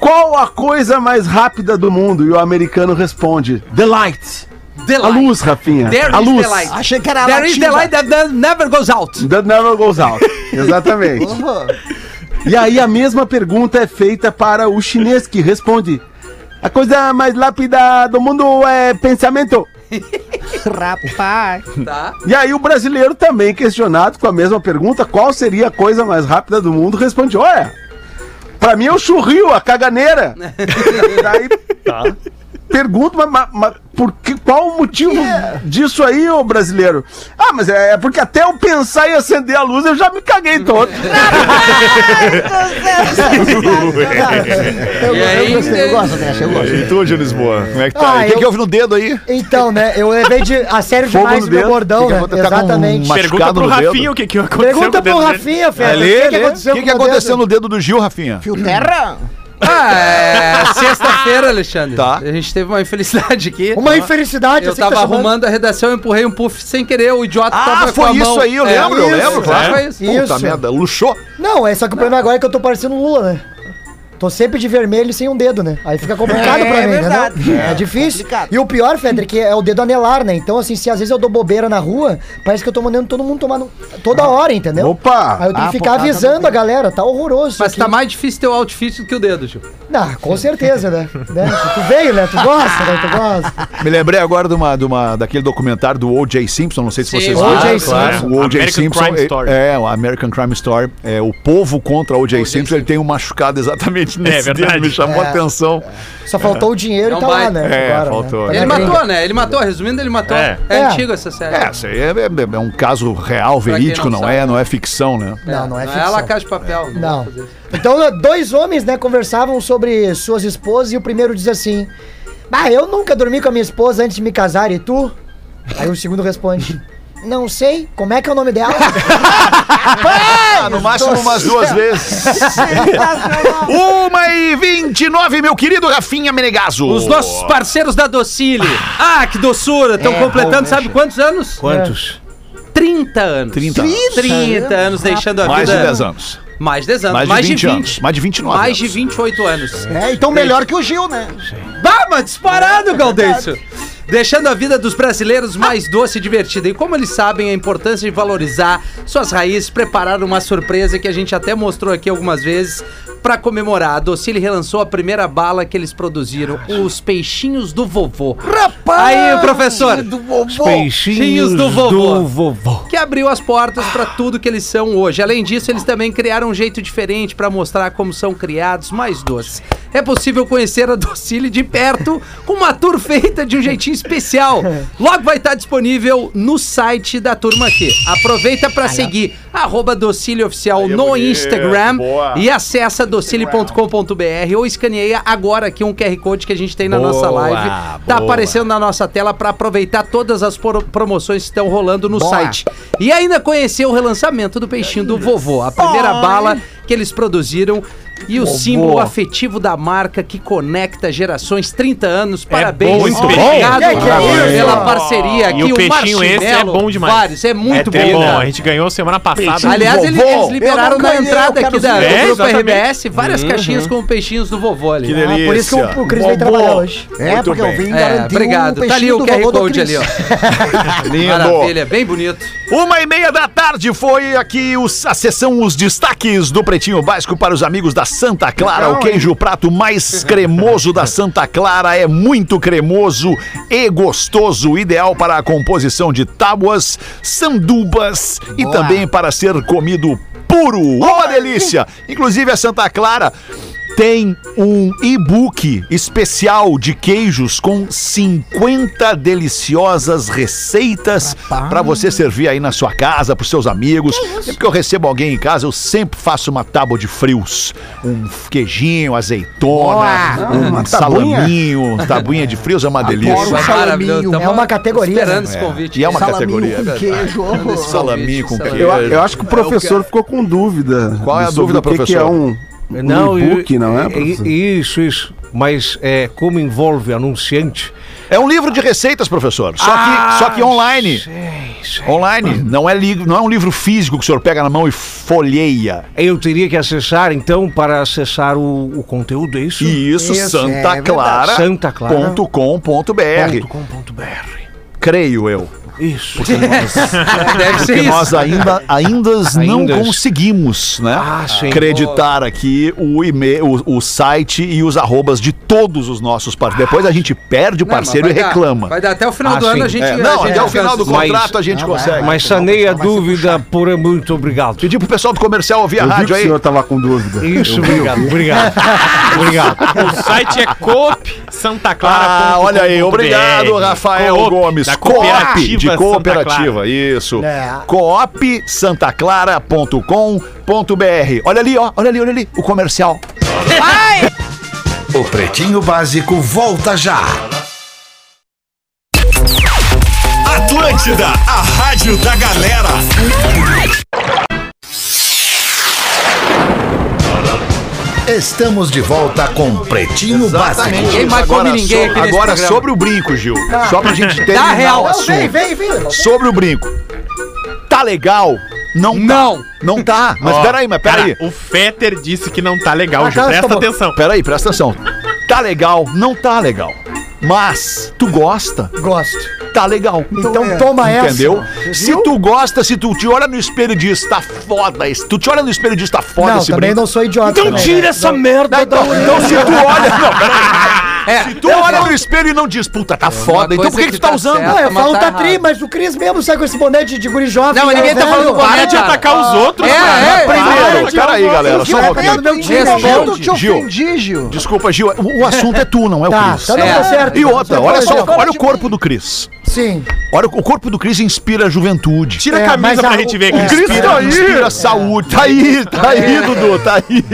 S7: qual a coisa mais rápida do mundo e o americano responde: The light.
S2: The
S7: A
S2: light.
S7: luz, Rafinha.
S2: There
S7: a
S2: is
S7: luz.
S2: the light.
S10: Achei que era
S2: There is the
S10: latinha.
S2: light that never goes out.
S7: That never goes out. Exatamente. E aí a mesma pergunta é feita para o chinês que responde: A coisa mais rápida do mundo é pensamento.
S10: Rapaz.
S2: Tá.
S7: E aí o brasileiro também questionado com a mesma pergunta, qual seria a coisa mais rápida do mundo, responde: "Olha, pra mim é o churril, a caganeira". Daí Pergunto, mas, mas- mas por que, qual o motivo disso aí, ô brasileiro? Ah, mas é, é porque até eu pensar em acender a luz eu já me caguei todo.
S10: Eu,
S2: E aí,
S10: eu gostei, eu gosto dessa, eu gosto.
S4: E tu, Gil Lisboa, como é que tá?
S8: Ah,
S4: E o que,
S8: eu-
S4: que houve no dedo aí?
S8: Então, né, eu levei de, a sério
S4: Fogo
S8: demais
S4: no
S8: o meu
S4: dedo,
S8: bordão,
S4: fica-
S8: né?
S4: tá com
S8: Exatamente.
S4: uma-
S9: Pergunta
S4: Machucado
S9: pro
S4: no dedo.
S9: Rafinha o que, que aconteceu com
S8: Pergunta
S9: o dedo
S8: pro
S9: dele.
S8: Rafinha, Fera.
S4: lê,
S8: O que,
S4: lê.
S8: aconteceu
S4: O que, que
S8: com o meu
S4: aconteceu
S8: dedo?
S4: no dedo do Gil, Rafinha?
S10: Fio terra?
S2: Ah, é sexta-feira, Alexandre.
S4: Tá.
S2: A gente teve uma infelicidade aqui.
S8: Uma infelicidade,
S2: Eu
S8: assim que
S2: tava
S8: tá chamando.
S2: arrumando a redação, eu empurrei um puff sem querer, o idiota
S4: Ah,
S2: tava
S4: foi
S2: tá com a
S4: isso
S2: mão.
S4: aí, eu lembro, eu lembro, claro.
S2: Foi isso.
S8: É Isso.
S4: Puta merda, luxou.
S8: Não, é só que o problema agora é que eu tô parecendo um Lula, né? Tô sempre de vermelho e sem um dedo, né? Aí fica complicado
S10: É
S8: pra mim,
S10: verdade.
S8: né? É, difícil. E o pior, Fedra, que é o dedo anelar, né? Então, assim, se às vezes eu dou bobeira na rua, parece que eu tô mandando todo mundo tomar no...
S4: Ah.
S8: toda hora, entendeu? Aí
S7: Opa!
S8: eu tenho que
S10: Ah, pô,
S8: ficar
S10: tá, tá
S8: avisando
S10: bem.
S8: a galera, tá horroroso.
S2: Mas
S8: isso
S2: tá
S8: aqui.
S2: mais difícil teu outfit do que o dedo, Gil.
S8: Ah, com certeza, né? Né? Tu veio, né? Tu gosta, né? Tu gosta.
S4: Me lembrei agora de uma, de uma- dadaquele documentário do O.J. Simpson, não sei se
S2: Sim,
S4: vocês
S2: claro,
S4: viram.
S8: claro.
S4: O O.J.
S9: American
S4: Simpson.
S9: Crime
S4: é-
S9: Story.
S4: É, o American Crime Story. É, o povo contra O.J. Simpson, ele tem um machucado exatamente nesse
S9: verdade.
S4: dedo, me chamou a atenção.
S8: É. Só faltou o dinheiro
S2: Não
S8: e tá
S2: vai.
S8: lá, né?
S4: É,
S8: né?
S4: faltou.
S8: Tá
S2: Ele
S8: na gringa.
S2: matou, né? Ele matou, resumindo, ele matou.
S9: É.
S2: É,
S8: É.
S2: antigo essa série.
S4: É, isso aí é, é- é um caso real,
S2: quem
S4: verídico,
S2: não
S4: não,
S2: sabe.
S4: é, não é ficção, né?
S8: Não, não é
S2: Não é La
S8: ficção.
S2: Casa de Papel.
S8: Não.
S2: vou fazer isso.
S8: Então, né, dois homens, né, conversavam sobre suas esposas e o primeiro diz assim: Bah, eu nunca dormi com a minha esposa antes de me casar, e tu? Aí o segundo responde: Não sei, como é que é o nome dela?
S2: É,
S4: Ah, no máximo umas duas vezes. Uma e vinte e nove, meu querido Rafinha Menegaso.
S2: Os nossos parceiros da Docile. Ah, que doçura!
S4: É,
S2: Estão completando, sabe quantos anos?
S3: Quantos?
S2: 30 anos.
S4: 30 anos.
S2: 30 anos deixando a
S4: Mais de
S2: vida.
S4: 10 anos.
S2: Mais de 10 anos.
S4: Mais de
S2: Mais de
S4: 20 anos.
S2: 20.
S4: Mais de 29
S2: Mais de
S4: anos.
S2: 28 anos.
S10: É, então melhor que o Gil, né? É
S2: Bah, mas disparado, Gaudêncio! Deixando a vida dos brasileiros mais doce e divertida. E como eles sabem a importância de valorizar suas raízes, prepararam uma surpresa que a gente até mostrou aqui algumas vezes para comemorar. A Docile relançou a primeira bala que eles produziram, os peixinhos do vovô.
S10: Rapaz!
S2: Aí, professor.
S10: Do vovô.
S2: Peixinhos do vovô.
S3: do vovô.
S2: que abriu as portas para tudo que eles são hoje. Além disso, eles também criaram um jeito diferente para mostrar como são criados mais doces. É possível conhecer a Docile de perto com uma tour feita de um jeitinho especial. Logo vai estar disponível no site da turma aqui. Aproveita para seguir arroba Docile Oficial no Instagram e acessa docile.com.br ou escaneia agora aqui um QR Code que a gente tem na nossa live. Tá aparecendo na nossa tela para aproveitar todas as pro- promoções que estão rolando no site. E ainda conhecer o relançamento do peixinho do vovô, a primeira bala que eles produziram E o
S12: Boa.
S2: símbolo afetivo da marca que conecta gerações, 30 anos. Parabéns,
S9: É bom esse
S2: obrigado
S9: peixinho. Que que é isso?
S2: pela parceria aqui.
S9: E o peixinho esse é
S2: Marshmello,
S9: bom demais.
S2: Vários, é muito
S9: tri
S2: bom.
S9: A gente ganhou semana passada.
S2: Aliás, ele-
S9: Vovô.
S2: eles liberaram
S10: Eu não
S2: na
S10: ganhei,
S2: entrada
S10: eu
S2: aqui
S10: quero
S2: da,
S9: saber.
S2: do
S9: É,
S2: grupo
S9: exatamente. Uhum.
S2: RBS várias
S10: Uhum.
S2: caixinhas com peixinhos do vovô ali. Ah,
S9: Que delícia.
S8: Por isso que o, o Cris veio trabalhar hoje.
S10: É,
S9: Muito
S10: porque
S9: bem.
S10: eu vim
S2: É,
S10: garantir
S2: obrigado.
S10: um
S2: tá ali
S10: peixinho
S2: o
S10: do vovô
S2: QR
S10: do
S2: Code ali,
S10: Cris.
S2: ó. Maravilha, bem bonito.
S4: Uma e meia da tarde foi aqui os- a sessão Os Destaques do Pretinho Básico para os amigos da Santa Clara. o queijo prato mais cremoso da Santa Clara é muito cremoso e gostoso, ideal para a composição de tábuas, sandubas e também para ser comido puro. Uma delícia! Inclusive a Santa Clara tem um e-book especial de queijos com 50 deliciosas receitas para você servir aí na sua casa, para seus amigos. Sempre que eu recebo alguém em casa, eu sempre faço uma tábua de frios. Um queijinho, azeitona, um
S12: tabuinha.
S4: salaminho, tabuinha de frios é uma delícia.
S10: um salaminho.
S2: Tamo
S8: É uma categoria,
S2: Esperando
S8: né?
S2: esse convite.
S4: E é uma
S10: Salaminho
S4: categoria.
S10: com queijo.
S4: Salaminho com
S2: Salame.
S12: Eu,
S4: queijo.
S12: eu acho que o professor ficou com dúvida.
S4: é- Qual é a
S12: sobre
S4: dúvida,
S12: o que que
S4: professor?
S12: é um, um
S13: Não, e-
S12: e-book, não é?
S13: e-
S12: professor?
S13: Isso, isso. Mas é, como envolve anunciante.
S4: É um livro de receitas, professor. Só que,
S13: Ah,
S4: só que online. Online. Não é, li- não é um livro físico que o senhor pega na mão e folheia.
S13: Eu teria que acessar, então, para acessar o, o conteúdo, é isso?
S4: E isso,
S10: Isso, é
S4: santaclara.com.br.
S13: verdade.
S4: .com.br. Creio eu.
S13: Isso.
S2: Deve ser
S4: Porque
S2: isso.
S4: nós ainda, ainda não
S13: Aindas.
S4: conseguimos, né?
S13: Ah, sim.
S4: Acreditar aqui o, e-mail, o, o site e os arrobas de todos os nossos parceiros. Depois a gente perde o
S2: Não, mas
S4: parceiro e
S2: vai dar-
S4: reclama.
S2: Vai dar até o final
S13: Ah,
S2: do ano
S13: sim.
S2: a gente.
S4: É,
S2: a
S4: não,
S2: gente
S4: até o final do
S2: alcança.
S13: Mas-
S4: contrato a gente
S10: Não,
S4: consegue.
S10: vai.
S13: Mas sanei a dúvida por muito obrigado.
S4: Pedir pro pessoal do comercial ouvir a
S12: Eu vi que
S4: rádio
S12: o
S4: aí.
S12: senhor tava com dúvida.
S13: Isso, obrigado, obrigado. Obrigado.
S9: O site é coopsantaclara.com.br.
S4: Ah, olha aí, obrigado, Rafael
S9: Coop,
S4: Gomes.
S9: Da
S4: Coop,
S9: cooperativa
S4: de
S9: Santa
S4: cooperativa, isso.
S8: É.
S4: coopsantaclara.com.br. Olha ali, ó, olha ali, olha ali, o comercial.
S7: O Pretinho Básico volta já. Atlântida, a rádio da galera. Estamos de volta com Pretinho Básico.
S2: Ninguém mais come
S4: Agora,
S2: ninguém
S4: so-
S2: aqui nesse
S4: agora
S2: programa.
S4: sobre o brinco, Gil. Só pra gente
S2: Dá
S4: terminar
S2: real.
S4: o
S8: Não, vem,
S4: assunto.
S8: vem, vem. irmão.
S4: Sobre o brinco. Tá legal? Não,
S2: Não.
S4: tá. Não tá. Mas
S9: Ó,
S4: peraí, mas
S9: cara,
S4: peraí.
S9: O Fetter disse que não tá legal,
S8: Ah,
S9: Gil.
S8: cala
S9: Presta
S8: essa boca.
S9: atenção.
S4: Peraí, presta atenção. Tá legal? Não tá legal. Mas tu gosta?
S8: Gosto.
S4: Tá legal.
S8: Então toma essa.
S4: Entendeu? Se tu gosta, se tu te olha no espelho e diz, tá foda esse. Tu te olha no espelho e diz, tá foda
S8: Não,
S4: esse
S8: também
S4: brinco.
S8: não sou idiota.
S13: Então
S8: também,
S13: tira
S8: né?
S13: essa merda da
S4: Então, então se tu olha. Não, peraí.
S2: É,
S4: Se tu olha no espelho e não diz, puta, tá foda, então por que,
S2: coisa
S4: que
S2: que
S4: tu tá
S2: tá
S4: usando?
S2: certa.
S8: Não, eu
S2: Mas
S8: falo
S2: tá
S8: tá
S2: errado.
S8: tri, mas o Cris mesmo sai com esse boné de, de guri jovem.
S2: Não, mas ninguém
S8: né,
S2: tá falando
S8: velho?
S2: boné.
S9: Para de
S2: cara.
S9: atacar os outros,
S2: É,
S9: cara.
S2: é,
S4: Primeiro,
S8: Ah,
S4: peraí,
S8: eu-
S4: galera,
S8: eu-
S4: só um
S8: eu-
S4: pouquinho.
S8: eu- meu time,
S10: Em que momento
S4: Responde,
S10: te
S4: Gil.
S10: ofendi, Gil.
S4: Desculpa, Gil, o, o assunto é tu, não é o
S8: Tá,
S4: Cris.
S8: tá não
S2: É.
S8: tá certo.
S4: E outra, olha só,
S8: Você falou
S4: olha o
S8: de-
S4: corpo do Cris.
S8: Sim.
S4: Olha, o corpo do Cris inspira a juventude.
S9: Tira
S8: É,
S9: a
S8: mas
S9: camisa pra
S8: a-
S9: gente ver,
S8: o
S9: Cris.
S4: Cris tá aí! Inspira saúde! Tá aí, tá
S12: É.
S4: aí, Dudu, tá aí!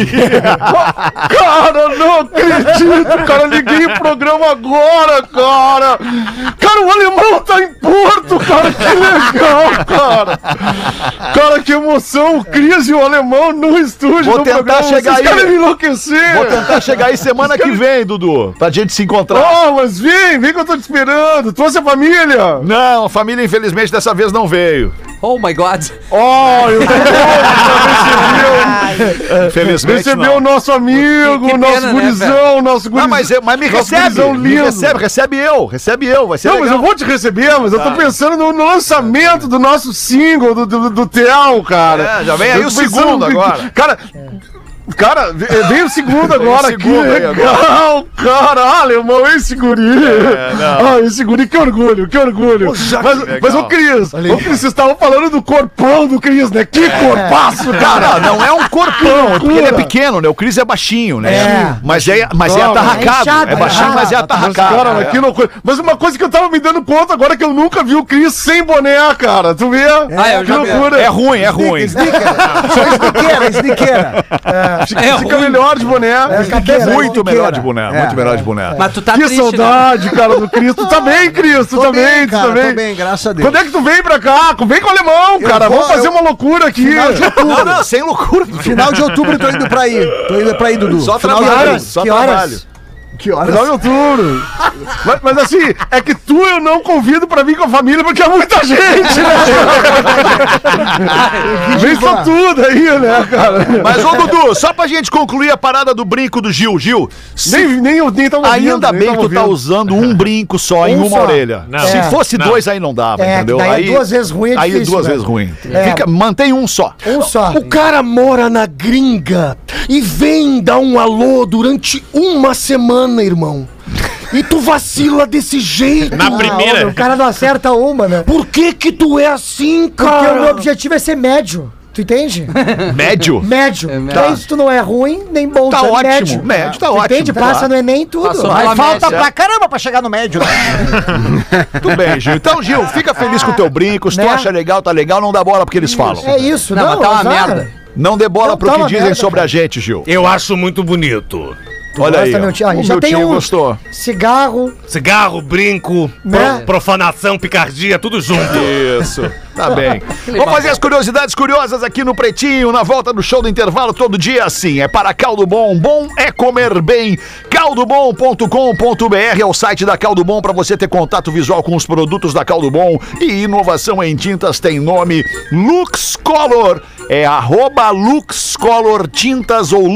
S4: cara, não acredito, cara! Liguei o programa agora, cara! Cara, o alemão tá em Porto, cara! Que é legal, cara! Cara, que emoção! O Cris e o alemão no estúdio! Vou tentar chegar aí! Vocês enlouquecer! Vou tentar chegar aí semana que vem, Dudu, pra gente se encontrar.
S12: Oh, mas vem, vem que eu tô te esperando. Trouxe a família.
S4: Não, a família infelizmente dessa vez não veio.
S2: Oh my god.
S12: Oh, eu
S4: Ah, Infelizmente
S12: recebeu o nosso amigo,
S2: Que- que
S12: nosso
S2: pena, né,
S12: gurizão, nosso
S4: Não,
S12: gurizão.
S4: mas, eu- mas me
S12: Nossa,
S4: recebe,
S12: gurizão
S4: me
S12: lindo.
S4: recebe, recebe eu, recebe eu, vai ser
S12: Não, mas
S4: legal.
S12: eu vou te receber, mas eu tô pensando no no lançamento do nosso single, do, do, do Theo, cara.
S4: É, já vem aí
S12: Eu
S4: o
S12: tô pensando
S4: segundo
S12: que-
S4: agora.
S12: Cara, cara, ve- vem o segundo agora
S4: o segundo
S12: aqui.
S4: aí
S12: Legal, cara, alemão, esse guri.
S4: É, não.
S12: ah, esse guri, que orgulho, que orgulho. mas, mas
S4: legal.
S12: ô Cris, ô Cris, vocês estavam falando do corpão do Cris, né? Que corpaço, cara.
S4: Cara, É. não é um corpão, é porque ele é
S12: Loucura.
S4: pequeno, né? O Cris é baixinho, né?
S8: É.
S4: Mas é, mas é
S12: Não,
S4: atarracado.
S8: é inchado,
S4: É baixinho,
S8: é.
S4: mas é
S2: Tá
S12: Mas, cara, mas
S4: atarracado. É.
S12: que loucura. Mas uma coisa que eu tava me dando conta agora é que eu nunca vi o Cris sem boné, cara. Tu vê?
S10: É,
S2: Ah, eu
S12: que
S2: já vi.
S12: loucura.
S4: É ruim, é ruim.
S10: Só esniqueira, esniqueira.
S7: Fica,
S4: É
S7: fica melhor de boné.
S8: cadeira,
S4: muito
S8: né?
S4: melhor de boné,
S10: É,
S4: muito melhor de boné.
S2: Mas tu tá
S7: que
S2: triste, né?
S7: saudade, cara, do Cris. Tu tá bem, Cris? Tu
S10: Tô
S7: tá
S10: bem,
S7: bem, tu
S10: cara,
S7: tá bem.
S10: tô bem, graças a Deus.
S7: Quando é que tu vem pra cá? Vem com o alemão, cara.
S10: vou,
S7: Vamos fazer
S10: eu-
S7: uma loucura aqui.
S4: Não, não, sem loucura.
S10: Final de outubro eu tô indo pra aí. Tô indo pra aí, Dudu.
S4: Só
S10: Final de
S4: trabalho,
S10: outubro.
S4: só
S10: Que horas?
S4: trabalho.
S10: Que horas?
S7: Final de outubro. mas, mas assim, é que tu eu não convido pra vir com a família porque é muita gente, né? Vem só tudo aí, né, cara?
S4: Mas, ô Dudu, só pra gente concluir a parada do brinco do Gil. Gil, se-
S7: Nem, nem, eu- nem tava ouvindo,
S4: ainda
S7: nem
S4: bem
S7: tava
S4: que tu tá
S7: ouvindo.
S4: usando um brinco só em
S8: Um
S4: uma
S8: só.
S4: orelha.
S9: Não.
S4: Se
S8: É,
S4: fosse
S9: não.
S4: dois, aí não dava,
S8: É,
S4: entendeu?
S8: daí é
S4: aí
S8: duas vezes ruim é
S4: Aí
S8: difícil,
S4: duas
S8: né?
S4: vezes ruim.
S8: É.
S4: Fica, mantém um só.
S8: Um só.
S13: O cara mora na gringa e vem dar um alô durante uma semana, irmão. E tu vacila desse jeito.
S9: Na primeira.
S8: Ah, o cara não acerta uma, né?
S13: Por que que tu é assim,
S8: Porque o meu
S13: cara?
S8: objetivo é ser médio. Tu entende?
S4: Médio.
S8: Médio.
S2: médio.
S8: Então isso tu não é ruim, nem bom,
S4: Tá
S8: tu é
S4: ótimo.
S8: médio.
S4: Médio tá
S8: tu
S4: ótimo,
S8: Entende?
S4: tá.
S8: Passa no Enem tudo.
S2: Passou
S8: Vai,
S2: pela
S8: falta
S2: média.
S8: pra caramba pra chegar no médio.
S10: né?
S4: Muito bem, Gil. Então, Gil, fica feliz com o teu brinco. Se tu
S8: Né?
S4: acha legal, tá legal, não dá bola porque eles falam.
S8: É isso,
S2: Não,
S8: não,
S2: mas tá uma
S8: azar.
S2: merda.
S4: Não dê bola
S8: Não,
S4: pro
S8: tá
S4: que
S8: uma
S4: dizem
S8: merda,
S4: sobre a gente, Gil.
S13: Eu acho muito bonito.
S8: Tu
S4: Olha
S8: gosta,
S4: aí. ó.
S8: meu tio? Ah,
S4: O
S8: já
S4: meu
S8: tem
S4: tio
S8: um
S4: gostou.
S8: cigarro,
S13: Cigarro, brinco,
S8: Né?
S13: pro- profanação, picardia, tudo junto.
S4: Isso, tá bem. Vamos fazer as curiosidades curiosas aqui no Pretinho, na volta do show do intervalo, todo dia assim. É para Caldo Bom, bom é comer bem. caldobom.com.br é o site da Caldo Bom para você ter contato visual com os produtos da Caldo Bom. E inovação em tintas tem nome Lux Color. É arroba Lux Color Tintas ou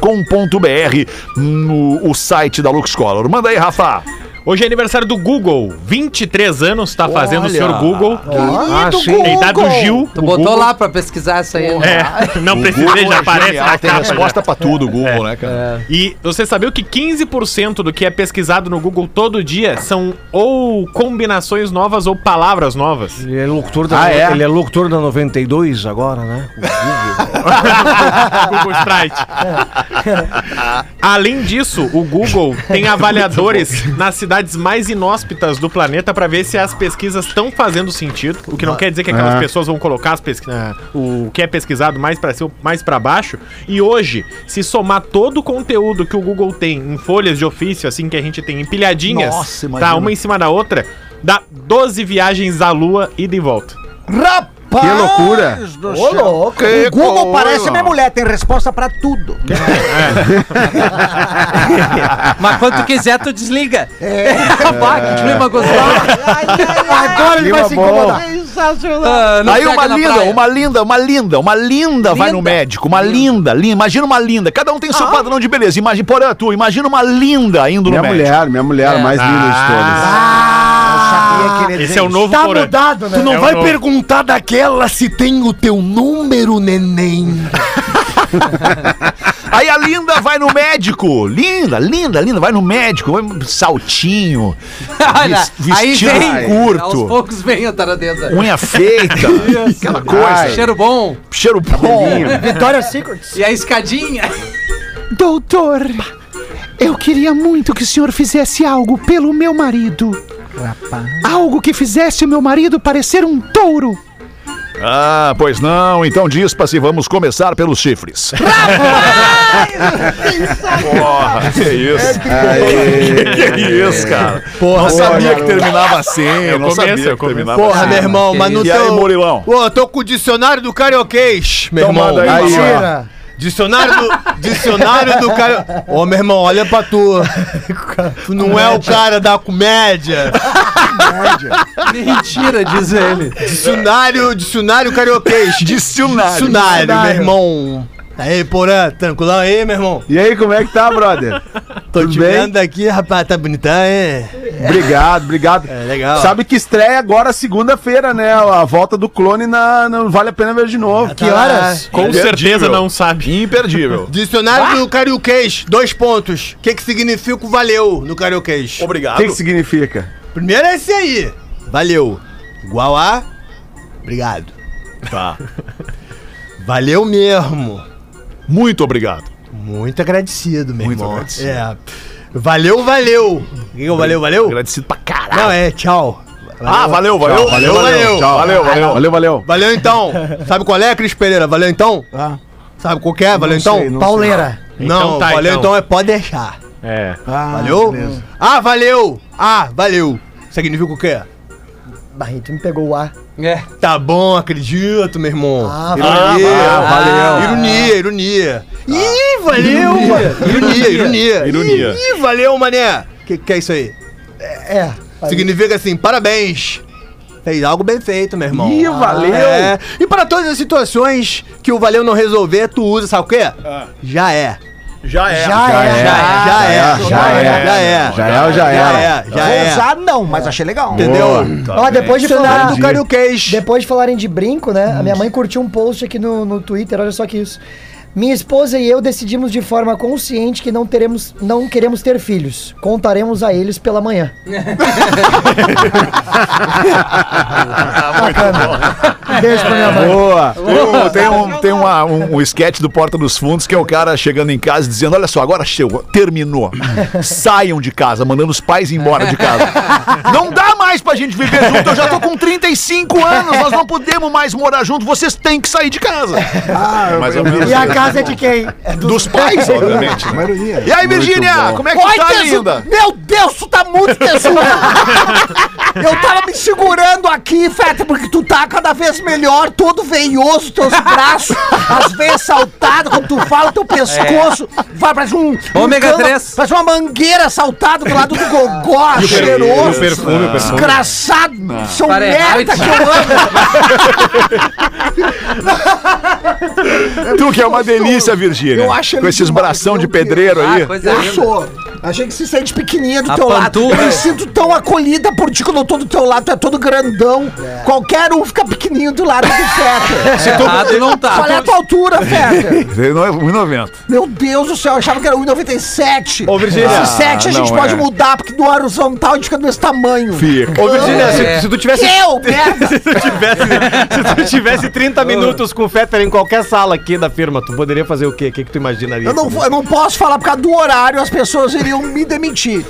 S4: luxcolortintas.com.br no o site da Lux Color. Manda aí, Rafa.
S9: Hoje é aniversário do Google. 23 anos tá fazendo o
S4: Olha.
S9: senhor Google.
S4: Ah, sim.
S9: A idade do tá Gil.
S2: Tu
S9: o
S2: botou
S9: Google.
S2: lá pra pesquisar essa aí. né?
S9: É, não precisei,
S4: Google
S9: já
S4: é
S9: aparece
S4: genial,
S9: na É.
S4: tem
S9: capa. já.
S4: resposta pra tudo, o Google, né, cara?
S9: E você sabia que 15% do que é pesquisado no Google todo dia são ou combinações novas ou palavras novas?
S3: Ele é locutor da,
S4: Ah, é?
S3: ele é locutor da 92 agora, né?
S9: Google Strike.
S1: tá.
S9: Além disso, o Google tem avaliadores nas cidades mais inóspitas do planeta para ver se as pesquisas estão fazendo sentido. O
S10: Ah.
S9: que não quer dizer que
S10: É.
S9: aquelas pessoas vão colocar as pesqui- ah, o que é pesquisado mais para cima, mais para baixo. E hoje, se somar todo o conteúdo que o Google tem em folhas de ofício, assim que a gente tem empilhadinhas,
S4: Nossa, imagina.
S9: tá uma em cima da outra, dá 12 viagens à Lua ida e de volta.
S10: Rapaz!
S7: Que loucura.
S10: do céu. O Google parece minha mulher, tem resposta pra tudo.
S2: Mas quando quiser, tu desliga.
S10: É.
S2: Vai, que
S4: É.
S2: clima gostoso.
S8: Agora ele vai se incomodar.
S2: Ah, É não
S4: Aí
S2: pega
S4: uma
S2: na
S4: linda,
S2: praia.
S4: uma linda, uma linda, uma linda vai no médico, uma linda, linda. Imagina uma linda. Cada um tem
S2: Ah.
S4: seu padrão de beleza. Imagina, porém, tu, imagina uma linda indo no
S7: Minha
S4: médico.
S7: mulher, minha mulher,
S13: É.
S2: É.
S7: mais linda
S4: Ah,
S7: de todas.
S10: Ah,
S9: Esse é o novo
S8: Tá
S9: Porã.
S8: mudado, né?
S13: Tu não
S9: É o
S13: vai
S9: novo.
S13: perguntar daquela se tem o teu número, neném.
S4: Aí a linda vai no médico. Linda, linda, linda, vai no médico. Vai- Saltinho,
S2: Olha,
S4: ves-
S2: aí
S4: vestido
S2: vem. Aos
S4: curto,
S2: poucos vem a taradeza.
S4: unha feita, aquela coisa.
S2: Cheiro bom.
S4: Cheiro bom.
S8: Vitória Secrets.
S2: E a escadinha.
S13: Doutor, eu queria muito que o senhor fizesse algo pelo meu marido. Algo que fizesse o meu marido parecer um touro.
S4: Ah, pois não. Então dispa-se, vamos começar pelos chifres. Porra, que é isso? Que, que é isso, cara? não sabia que terminava assim. Eu não
S9: começo,
S4: sabia
S9: eu
S4: que
S9: começo.
S4: terminava
S1: Porra,
S4: assim.
S1: meu irmão,
S2: que
S1: mas não
S4: E aí, Murilão?
S1: Pô, eu tô com o dicionário do carioquês, meu
S4: Então
S1: irmão.
S4: manda aí,
S1: ó.
S8: Mentira.
S1: Dicionário do. Dicionário do cara. Ô, meu irmão, olha pra tu. Tu não é o cara da comédia.
S2: Mentira, diz ele.
S1: Dicionário, dicionário carioquês.
S4: Dicionário.
S1: Dicionário, meu irmão. Aí, porã, tranquilão aí, meu irmão.
S7: E aí, como é que tá, brother?
S1: Tô
S7: Tudo
S1: te
S7: bem?
S1: vendo aqui, rapaz, tá bonitão, hein?
S7: Obrigado, obrigado.
S1: É, legal.
S7: Sabe que estreia agora segunda-feira, né? A volta do clone na, na- Vale a Pena Ver de Novo. Ah,
S1: Que horas?
S9: Com
S4: Imperdível.
S9: certeza não sabe.
S4: Imperdível.
S1: Dicionário do carioquês, dois pontos. O que que significa o valeu no carioquês?
S7: O
S4: Obrigado.
S7: que, que significa?
S1: Primeiro é esse aí. Valeu. Igual a. Obrigado.
S4: Tá.
S1: Valeu mesmo.
S4: Muito obrigado.
S1: Muito agradecido, meu
S4: Muito
S1: irmão.
S4: agradecido.
S1: É. Valeu, valeu. O que que é o valeu, valeu?
S4: Agradecido pra caralho.
S1: Não, é, tchau.
S4: Ah, valeu, valeu.
S1: valeu, Ah, valeu.
S4: Tchau. Valeu, valeu.
S7: Valeu, valeu.
S1: Valeu então. Sabe qual é, Cris Pereira? Valeu então? Sabe qual que é? Valeu
S8: Ah. Não
S1: então?
S8: sei, não Pauleira.
S1: Não,
S8: sei. Então tá,
S1: valeu
S8: então.
S1: então é pode deixar.
S9: É.
S1: valeu? Ah, valeu! Ah, valeu! Significa o quê?
S8: Barreto, tu me pegou o ar.
S2: É.
S1: Tá bom, acredito, meu irmão. Ah,
S8: valeu. Ah, valeu.
S1: Ironia, ironia. Ah. Ih, valeu,
S5: Ironia.
S1: mano. Ironia, ironia.
S5: Ironia.
S1: Ih, ih, valeu, mané. O que, que é isso aí?
S8: É.
S1: Significa assim, parabéns. Fez algo bem feito, meu irmão.
S7: Ih, valeu.
S1: É. E para todas as situações que o valeu não resolver, tu usa, sabe o quê?
S7: Ah.
S1: Já é.
S4: Já é.
S1: Já é. Já é. Já é. Já é.
S7: Já é ou já era?
S1: é, já
S10: Vou
S1: é.
S10: usar não, mas achei legal.
S1: Entendeu?
S4: Tá
S8: Ó, depois de falar
S1: do Cariocage.
S8: Depois de falarem de brinco, né? A minha mãe curtiu um post aqui no, no Twitter, olha só que isso. Minha esposa e eu decidimos de forma consciente que não teremos, não queremos ter filhos. Contaremos a eles pela manhã.
S13: é.
S8: Beijo pra minha mãe.
S4: Boa! Tem, um, tem uma- um, um sketch do Porta dos Fundos que é o cara chegando em casa e dizendo: Olha só, agora chegou, terminou. Saiam de casa, mandando os pais embora de casa.
S10: Ah,
S4: Não dá mais pra gente viver junto, eu já tô com 35 anos, nós não podemos mais morar junto, vocês têm que sair de casa. Mais ou menos.
S8: E a casa é de quem? É
S4: Dos pais, obviamente. né?
S2: É.
S4: E aí, Virgínia, como é que
S10: Oi,
S4: tá,
S10: tesu-
S4: linda?
S10: Meu Deus, tu tá muito tesudo! Eu tava me segurando aqui, Feta, porque tu tá cada vez melhor, todo veioso, teus braços, as veias saltadas, quando tu fala, teu pescoço, vai, parece um... um
S2: Ômega
S10: cano-
S2: três.
S10: Parece uma mangueira saltada do lado do
S9: E
S10: gogó,
S9: o per- e
S10: cheiroso,
S9: o perfume, o perfume.
S10: desgraçado, são
S2: Fahrenheit.
S10: merda que eu amo.
S4: Tu que é uma delícia, Virgínia.
S10: Eu acho ele
S4: Com esses
S10: demais,
S4: bração
S10: meu
S4: de
S10: Deus.
S4: pedreiro aí.
S2: Ah, coisa
S10: Eu
S2: linda.
S10: sou. Achei que se sente pequenininha do
S2: A
S10: teu lado.
S2: pantufa.
S10: Eu me sinto tão acolhida por ti quando eu tô do teu lado, tu é todo grandão.
S2: É.
S10: Qualquer um fica pequenininho do lado do Feta.
S2: Errado não
S10: Qual é a
S2: tá.
S10: tua altura, Feta?
S4: Ele não é 1,90.
S10: Meu Deus do céu, eu achava que era 1,97.
S3: Ô, Virgínia.
S10: Esse 7 a
S4: Ah,
S10: gente
S4: não,
S10: pode
S4: é.
S10: mudar, porque do horizontal a gente fica desse tamanho.
S4: Fica.
S3: Ô, Virgínia,
S2: É.
S3: se, se tu tivesse.
S10: Eu, merda!
S3: Se tu tivesse, se tu tivesse 30 minutos com o Fetter em qualquer sala aqui da firma, tu poderia fazer o quê? O que, que tu imaginaria?
S10: Eu não, vou- eu não posso falar por causa do horário, as pessoas iriam me demitir.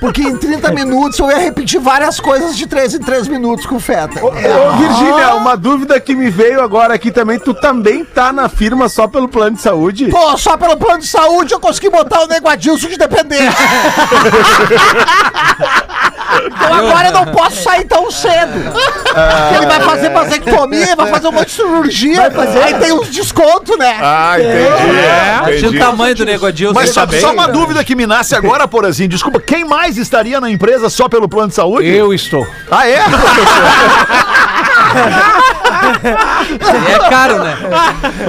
S10: Porque em 30 minutos eu ia repetir várias coisas de 3 em 3 minutos com o Feta.
S7: Ô, Virgínia, uma dúvida que me veio agora aqui também. Tu também tá na firma só pelo plano de saúde?
S10: Pô, só Ah, pelo plano de saúde eu consegui botar o nego Adilson de dependência. então agora eu não posso sair tão cedo.
S4: Ah,
S10: Porque ele vai
S4: é.
S10: fazer vasectomia, vai fazer um monte de cirurgia. Aí tem uns descontos, né?
S4: Ah, entendi.
S2: Tinha É. o tamanho do nego Adilson. tá
S4: Mas só, só
S2: né?
S4: uma dúvida que me nasce agora, Porazinho. Desculpa, quem mais estaria na empresa só pelo plano de saúde?
S3: Eu estou.
S4: Ah, é?
S2: É caro, né?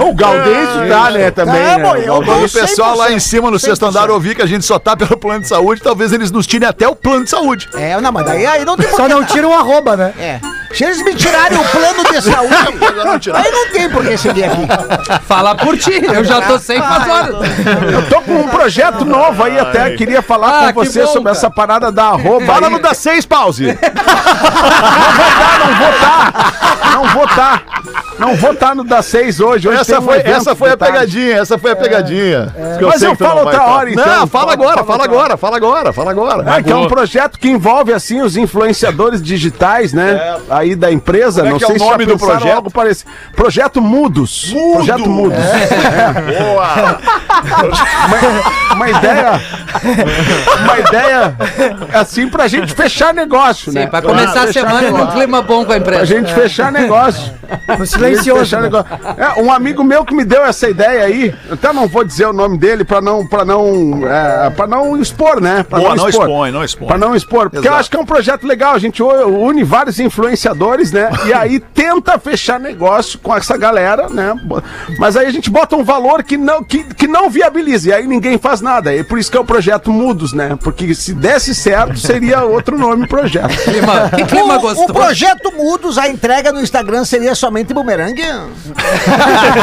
S7: O Gaudêncio tá, né, também. né?
S10: Tá, bom,
S7: O
S10: eu
S7: Gaudêncio-
S10: não
S4: Quando o pessoal lá em cima no sexto andar ouvir que a gente só tá pelo plano de saúde, talvez eles nos tirem até o plano de saúde.
S10: É, não, mas daí aí não tem
S8: Só
S10: porquê.
S8: não tira um arroba, né?
S10: É. Se eles me tirarem o plano de saúde, aí não tem por que seguir aqui.
S2: Fala por ti. Eu já tô sem faz horas.
S7: Eu tô com um projeto novo aí até. Queria falar
S2: Ah,
S7: com
S2: que
S7: você
S2: bom,
S7: sobre
S2: cara.
S7: essa parada da arroba.
S4: Fala
S7: aí.
S4: no da seis, pause.
S7: Não vou estar. Não vou estar no da 6 hoje. hoje
S4: Essa
S7: tem um
S4: foi,
S7: evento
S4: essa foi a
S7: de tarde. É.
S4: pegadinha, essa foi a pegadinha. Que
S7: Mas
S4: sei
S7: eu
S4: que tu não
S7: falo
S4: vai
S7: outra
S4: tá.
S7: hora, então.
S4: Não, fala
S7: Fala,
S4: agora,
S7: fala
S4: fala
S7: outra
S4: agora, fala agora, fala agora.
S7: Ah, que é um projeto que envolve, assim, os influenciadores digitais, né? Aí da empresa.
S4: Como é
S7: não
S4: que é
S7: sei
S4: o
S7: se
S4: nome do
S7: pensaram
S4: projeto?
S7: algo parecido. Projeto Mudos. Projeto Mudos.
S4: É.
S7: É. né?
S4: Boa.
S7: Uma, uma ideia... uma ideia, assim, pra gente fechar negócio, né?
S2: Sim, pra começar a semana num clima bom com a
S7: Pra
S2: empresa. É.
S7: gente fechar negócio.
S8: No
S7: Pra gente
S8: silencioso.
S7: fechar negócio. É, um amigo meu que me deu essa ideia aí, eu até não vou dizer o nome dele pra não para não é, para não expor, né? Pra
S4: Boa, não expõe, não expõe.
S7: Pra não expor, porque eu
S4: Exato.
S7: acho que é um projeto legal, a gente u- une vários influenciadores, né? E aí tenta fechar negócio com essa galera, né? Bo- Mas aí a gente bota um valor que não que, que não viabiliza, e aí ninguém faz nada. E por isso que é o projeto Mudos, né? Porque se desse certo, seria outro nome projeto.
S2: Clima, que clima
S10: O, o
S2: gostoso.
S10: projeto Mudos, a entrega no Instagram seria somente bumerangue?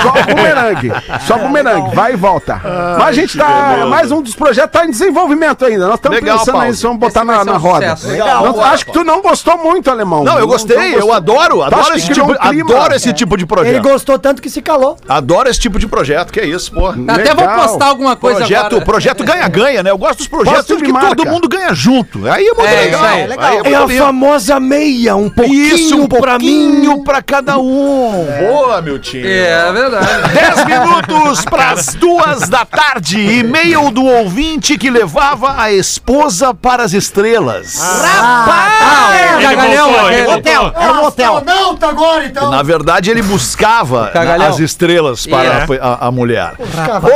S7: Só bumerangue. Só bumerangue. Vai e volta. Mas a gente tá. Mais um dos projetos tá em desenvolvimento ainda. Nós estamos
S4: Legal,
S7: pensando
S4: Paulo.
S7: nisso, vamos botar
S2: Esse vai
S7: na,
S2: ser
S7: na
S2: um
S7: roda.
S2: sucesso. Legal.
S7: Não, acho que tu não gostou muito, alemão.
S4: Não, eu gostei, eu
S7: gostou.
S4: adoro,
S7: Tu acha
S4: adoro
S7: que
S4: esse
S7: criou
S4: tipo,
S7: um clima?
S4: adoro esse tipo de
S8: Ele
S4: projeto.
S8: gostou tanto que se calou.
S4: Adoro esse tipo de projeto, que é isso, porra.
S2: Até vou
S7: Legal.
S2: postar alguma coisa
S4: projeto,
S2: agora.
S4: projeto ganha-ganha, né? Eu gosto dos projetos
S7: Gosto de
S4: que todo
S7: marca.
S4: mundo ganha junto. Aí é muito
S2: É,
S4: legal.
S2: isso aí.
S4: Aí é muito
S3: É a
S4: bonito.
S3: famosa meia, um pouquinho,
S4: Isso, um
S3: pra mim,
S4: pouquinho minuto pra cada um. Boa, meu time.
S2: É verdade.
S4: 10 minutos pras duas da tarde. E-mail do ouvinte que levava a esposa para as estrelas.
S2: Ah,
S4: Ele
S2: Cagalhão,
S4: voltou,
S2: é-
S4: ele voltou.
S2: Era um hotel.
S5: Não, tá agora então.
S4: Na verdade, ele buscava
S2: Cagalhão.
S4: as estrelas para
S9: Yeah.
S4: a, a mulher.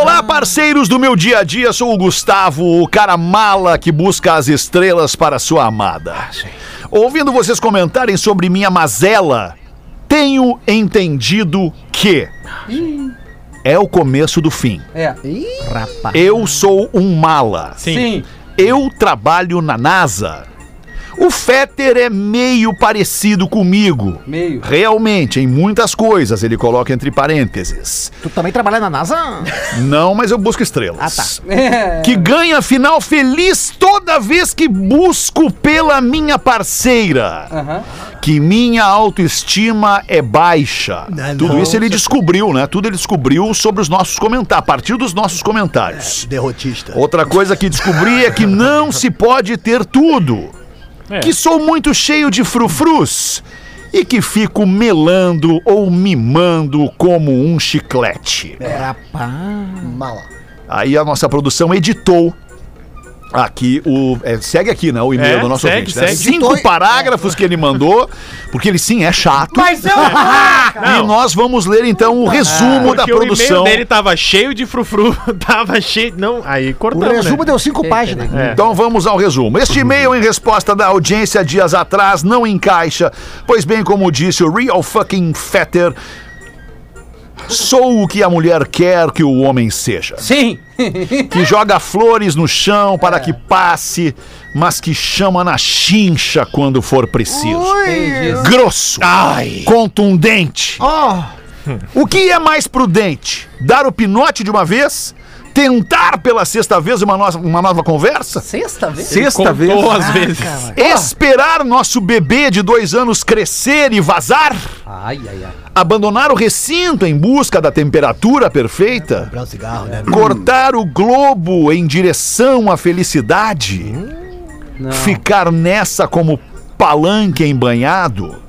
S4: Olá, parceiros do meu dia a dia. Sou o Gustavo, o cara mala que busca as estrelas para sua amada. Ouvindo vocês comentarem sobre minha mazela, tenho entendido que é o começo do fim.
S2: É.
S4: Eu sou um mala.
S2: Sim.
S4: Eu trabalho na NASA. O Fetter é meio parecido comigo.
S2: Meio.
S4: Realmente, em muitas coisas, ele coloca entre parênteses.
S10: Tu também trabalha na NASA?
S4: Não, mas eu busco estrelas.
S2: É.
S4: Que ganha final feliz toda vez que busco pela minha parceira.
S2: Aham.
S4: Que minha autoestima é baixa. Tudo isso ele descobriu, né? Tudo ele descobriu sobre os nossos comentários, a partir dos nossos comentários.
S5: Derrotista.
S4: Outra coisa que descobri é que não se pode ter tudo.
S9: É.
S4: Que sou muito cheio de frufrus e que fico melando ou mimando como um chiclete.
S8: Mala.
S4: Aí a nossa produção editou aqui o. é, segue aqui, né? O e-mail
S9: É,
S4: do nosso
S9: segue,
S4: ouvinte. né?
S9: segue.
S4: Cinco parágrafos que ele mandou, porque ele sim é chato.
S8: Mas eu.
S4: E nós vamos ler então o resumo da
S9: Ah, Porque o e-mail
S4: produção.
S9: dele tava cheio de frufru, tava cheio. Não, aí
S10: O
S9: cortamos.
S10: resumo
S9: né?
S10: deu cinco páginas.
S9: É.
S4: Então vamos ao resumo. Este e-mail em resposta da audiência dias atrás não encaixa, pois bem como disse o Real Fucking Fetter, sou o que a mulher quer que o homem seja.
S2: Sim. É.
S4: Que joga flores no chão para que passe, mas que chama na chincha quando for preciso.
S2: Entendi.
S4: Grosso. Contundente. O que é mais prudente? Dar o pinote de uma vez? Tentar pela sexta vez uma, nossa- uma nova conversa? Ah,
S2: Sexta vez? É
S7: Sexta vez.
S9: Contou às vezes.
S4: Esperar nosso bebê de dois anos crescer e vazar?
S2: Ai, ai, ai.
S4: Abandonar o recinto em busca da temperatura perfeita?
S5: Comprar um cigarro, né?
S4: Cortar o globo em direção à felicidade? Ficar nessa como palanque embanhado?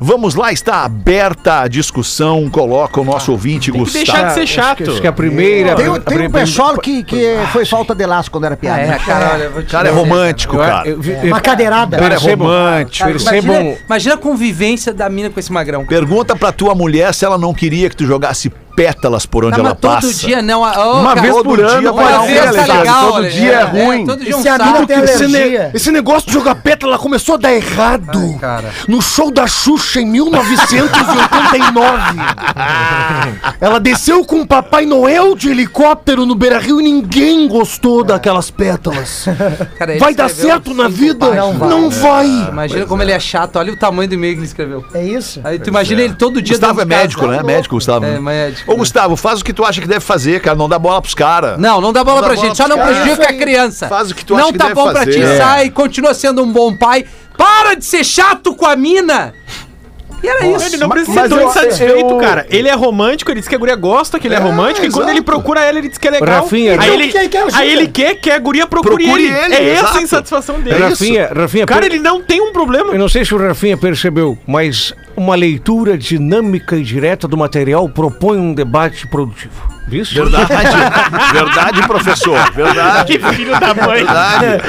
S4: Vamos lá, está aberta a discussão, coloca o nosso ouvinte
S9: Tem que deixar
S4: Gustavo.
S9: de ser chato.
S3: Ah, Acho que a primeira.
S10: Tem,
S3: a
S10: o- tem um
S3: primeira-
S10: pessoal que, que foi falta de laço quando era piada.
S2: Ah, É,
S10: né?
S2: cara, olha, eu vou te
S4: O cara é
S2: dizer,
S4: romântico,
S3: Eu-
S4: cara.
S3: eu- eu-
S8: Uma cadeirada.
S4: O cara é
S3: percebo-
S4: romântico.
S2: Cara,
S3: Eles
S2: imagina,
S3: recebam-
S2: imagina a convivência da mina com esse magrão.
S4: Pergunta pra tua mulher se ela não queria que tu jogasse pétalas por onde
S2: Tá,
S4: ela
S2: mas todo
S4: passa.
S2: dia não. ah, ô,
S7: Uma
S2: cara,
S7: vez
S4: todo
S7: por
S4: dia
S7: ano,
S4: vai
S2: Uma
S11: um
S4: lá,
S7: para
S2: vez tá
S4: Alexandre,
S2: legal,
S7: Todo
S2: Alexandre.
S7: dia é ruim.
S2: todo dia é um
S8: Esse amigo
S2: saco.
S8: tem
S11: Esse, ne-
S8: alergia.
S11: esse negócio de jogar pétala começou a dar errado
S2: cara.
S11: no show da Xuxa em 1989. Ela desceu com o Papai Noel de helicóptero no Beira Rio e ninguém gostou daquelas pétalas.
S2: Cara, ele
S11: Vai dar
S2: escreveu
S11: certo na
S2: cinco
S11: vida?
S2: páginas.
S11: Não vai.
S2: Imagina como ele é chato. Olha o tamanho do e-mail que ele escreveu.
S8: É isso?
S2: Aí tu imagina ele todo dia
S4: Gustavo é
S2: dentro de
S4: médico,
S2: casa.
S4: né? Médico, Gustavo.
S2: É, médico.
S4: Ô, Gustavo, faz o que tu acha que deve fazer, cara. Não dá bola pros caras.
S2: Não, não dá bola
S4: Não dá
S2: pra
S4: bola
S2: gente, só
S4: pros
S2: não
S4: caras.
S2: prejudica a
S4: É Isso aí. É.
S2: criança.
S4: Faz o que tu
S2: não
S4: acha que
S2: tá
S4: deve
S2: bom pra ti,
S4: fazer.
S2: sai, continua sendo um bom pai. Para de ser chato com a mina! E era isso.
S9: Ele não precisa
S7: mas
S9: ser tão
S7: eu-
S9: insatisfeito,
S7: eu-
S9: cara. Ele é romântico, ele diz que a guria gosta, que ele é, romântico, e quando ele procura ela, ele diz que é legal.
S3: Rafinha,
S9: aí
S3: então
S9: ele,
S8: quem quer o
S9: aí
S8: Gil?
S9: ele quer que a guria procure,
S4: Procure
S9: ele.
S4: ele,
S9: É essa
S4: exato. É
S9: a insatisfação dele.
S3: Rafinha, Rafinha,
S9: Cara,
S3: per-
S9: ele não tem um problema.
S3: Eu não sei se o Rafinha percebeu, mas uma leitura dinâmica e direta do material propõe um debate produtivo. Isso?
S4: Verdade. Verdade, professor.
S9: Que
S4: Verdade.
S9: filho da mãe.
S4: É Verdade.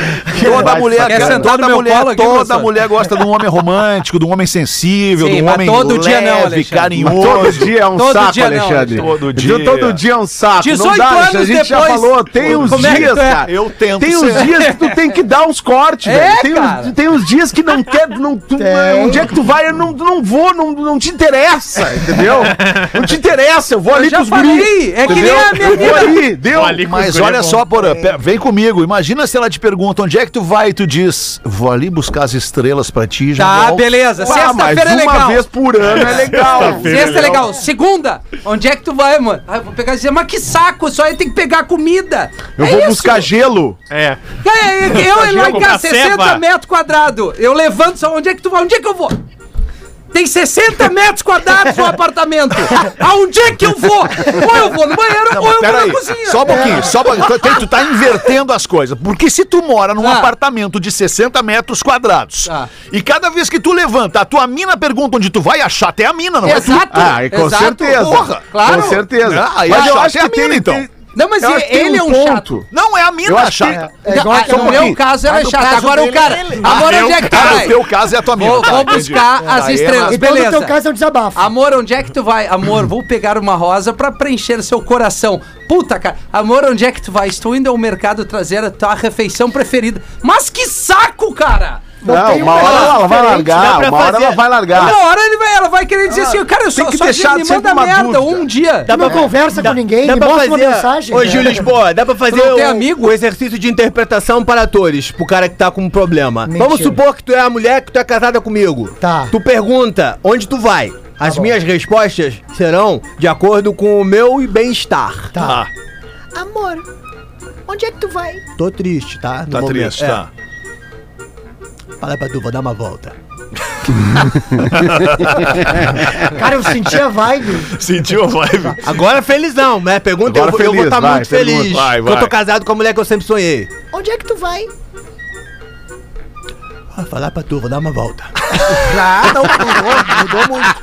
S4: Toda mulher,
S2: É. Quer
S4: cara,
S2: sentar no
S4: toda
S2: meu
S4: mulher,
S2: colo aqui,
S4: toda
S2: professor?
S4: mulher gosta de um homem romântico, de um homem sensível,
S2: Sim,
S4: de um
S2: mas
S4: homem
S2: todo
S4: leve,
S2: dia não, Alexandre.
S4: carinhoso.
S7: Todo dia é um
S2: Todo
S7: saco,
S2: dia não,
S7: Alexandre.
S4: Alexandre. Todo
S7: Então,
S4: dia.
S7: Todo dia é um saco.
S2: 18
S7: Alexandre,
S2: anos
S7: A gente já
S2: depois.
S7: falou, tem uns
S2: Como é que
S7: dias,
S2: tu é?
S7: cara.
S4: Eu tento
S7: Tem uns
S4: ser.
S7: dias que tu tem que dar uns cortes,
S2: É,
S7: velho. Tem
S2: cara.
S7: uns, tem uns dias que não quer. Não, tu,
S8: Tem.
S7: Um dia que tu vai, eu não, não vou, não, não te interessa, entendeu? Não te interessa, eu vou ali
S2: já
S7: pros
S2: falei,
S7: guris,
S2: é que
S7: entendeu?
S2: nem a minha
S7: Eu vou
S2: vida.
S7: ali, deu.
S9: Olha,
S4: Mas
S9: Guri é
S4: olha
S9: bom.
S4: só, Porã, pe- vem comigo. Imagina se ela te pergunta onde é que tu vai e tu diz, vou ali buscar as estrelas pra ti e já Ah,
S2: Tá,
S4: volto."
S2: beleza. Sexta-feira é
S7: uma
S2: legal.
S7: vez por ano é legal.
S2: Sexta é legal. Segunda, onde é que tu vai, mano? Ah, eu vou pegar dizer, mas que saco, só aí tem que pegar comida.
S7: Eu
S2: É
S7: vou
S2: isso.
S7: buscar gelo.
S9: É.
S2: É, é, é, eu lá em
S9: Comprar
S2: casa, 60
S9: ceva.
S2: metros quadrados. Eu levanto só, onde é que tu vai? Onde é que eu vou? Tem 60 metros quadrados no apartamento. Aonde é que eu vou? Ou eu vou no banheiro
S4: Não,
S2: ou eu vou na
S4: peraí,
S2: cozinha. É.
S4: só um pouquinho, só um pouquinho. Tu, tu- tu tá invertendo as coisas. Porque se tu mora num
S2: Ah.
S4: apartamento de 60 metros quadrados e cada vez que tu levanta, a tua mina pergunta onde tu vai, a chata é a mina, não é
S2: Exato.
S4: tu? Ah, e com
S2: exato.
S4: certeza.
S2: Porra, claro.
S4: Com certeza. Ah, aí
S7: Mas
S4: a
S7: eu
S4: chata
S7: acho
S4: é a
S7: que
S4: mina,
S7: tem-
S4: então.
S7: tem-
S2: Não, mas
S7: Eu acho
S2: ele,
S7: que tem
S2: ele é
S7: um
S2: um
S7: ponto.
S2: chato.
S4: Não, é a
S7: Eu
S4: mina
S7: acho
S4: chata.
S7: que- é igual-
S2: Ah,
S7: só um
S2: no meu
S7: pouquinho.
S2: caso era
S7: Mas no
S2: chato.
S7: caso
S2: Agora o
S7: dele,
S2: cara.
S7: ele-
S2: Agora
S4: Ah,
S2: onde
S4: meu
S2: é que tu
S4: caso,
S2: vai?
S4: teu caso é a tua mina.
S2: Vou,
S4: Tá,
S2: vou
S4: entendi.
S2: buscar as
S4: Daí é
S2: estrelas.
S4: mais-
S8: Então, no
S2: Beleza.
S8: teu caso, é um desabafo.
S2: Amor, onde é que tu vai? Amor, vou pegar uma rosa pra preencher seu coração. Puta, cara. Amor, onde é que tu vai? Estou indo ao mercado trazer a tua refeição preferida. Mas que saco, cara!
S7: Não,
S8: tem
S7: uma
S8: um
S7: hora ela vai
S8: diferente, dá
S7: largar,
S8: pra
S7: uma hora
S8: fazer.
S7: ela vai largar.
S2: Uma hora ele vai, ela vai querer dizer assim, cara, eu
S7: tem
S2: só,
S7: que
S2: só
S7: deixar
S2: me
S7: sempre
S2: manda
S7: uma
S2: merda
S7: dúvida.
S2: um dia.
S8: Tu não conversa com ninguém,
S1: Dá
S8: me
S1: pra
S8: mostra
S1: fazer...
S8: uma mensagem.
S1: Ô, Gil Lisboa, dá pra fazer
S2: não tem
S1: um,
S2: amigo?
S1: um exercício de interpretação para atores, pro cara que tá com um problema.
S8: Mentira.
S1: Vamos supor que tu é a mulher que tu é casada comigo.
S8: Tá.
S1: Tu pergunta onde tu vai. As minhas respostas serão de acordo com o meu bem-estar.
S8: Tá. Amor, onde é que tu vai?
S1: Tô triste, tá? No
S4: Tá
S1: momento.
S4: triste,
S1: É.
S4: tá.
S1: Fala pra tu, vou dar uma volta.
S8: Cara, eu senti a vibe.
S4: Sentiu a vibe?
S1: Agora felizão, né? Pergunta,
S4: Agora
S1: eu, vou- eu vou
S4: feliz,
S1: estar
S4: vai,
S1: muito
S4: pergunta,
S1: feliz.
S4: vai,
S1: porque Eu
S4: vai.
S1: tô casado com a mulher que eu sempre sonhei.
S8: Onde é que tu vai?
S1: Ah, falar pra tu, vou dar uma volta.
S10: Já, não, mudou, mudou muito.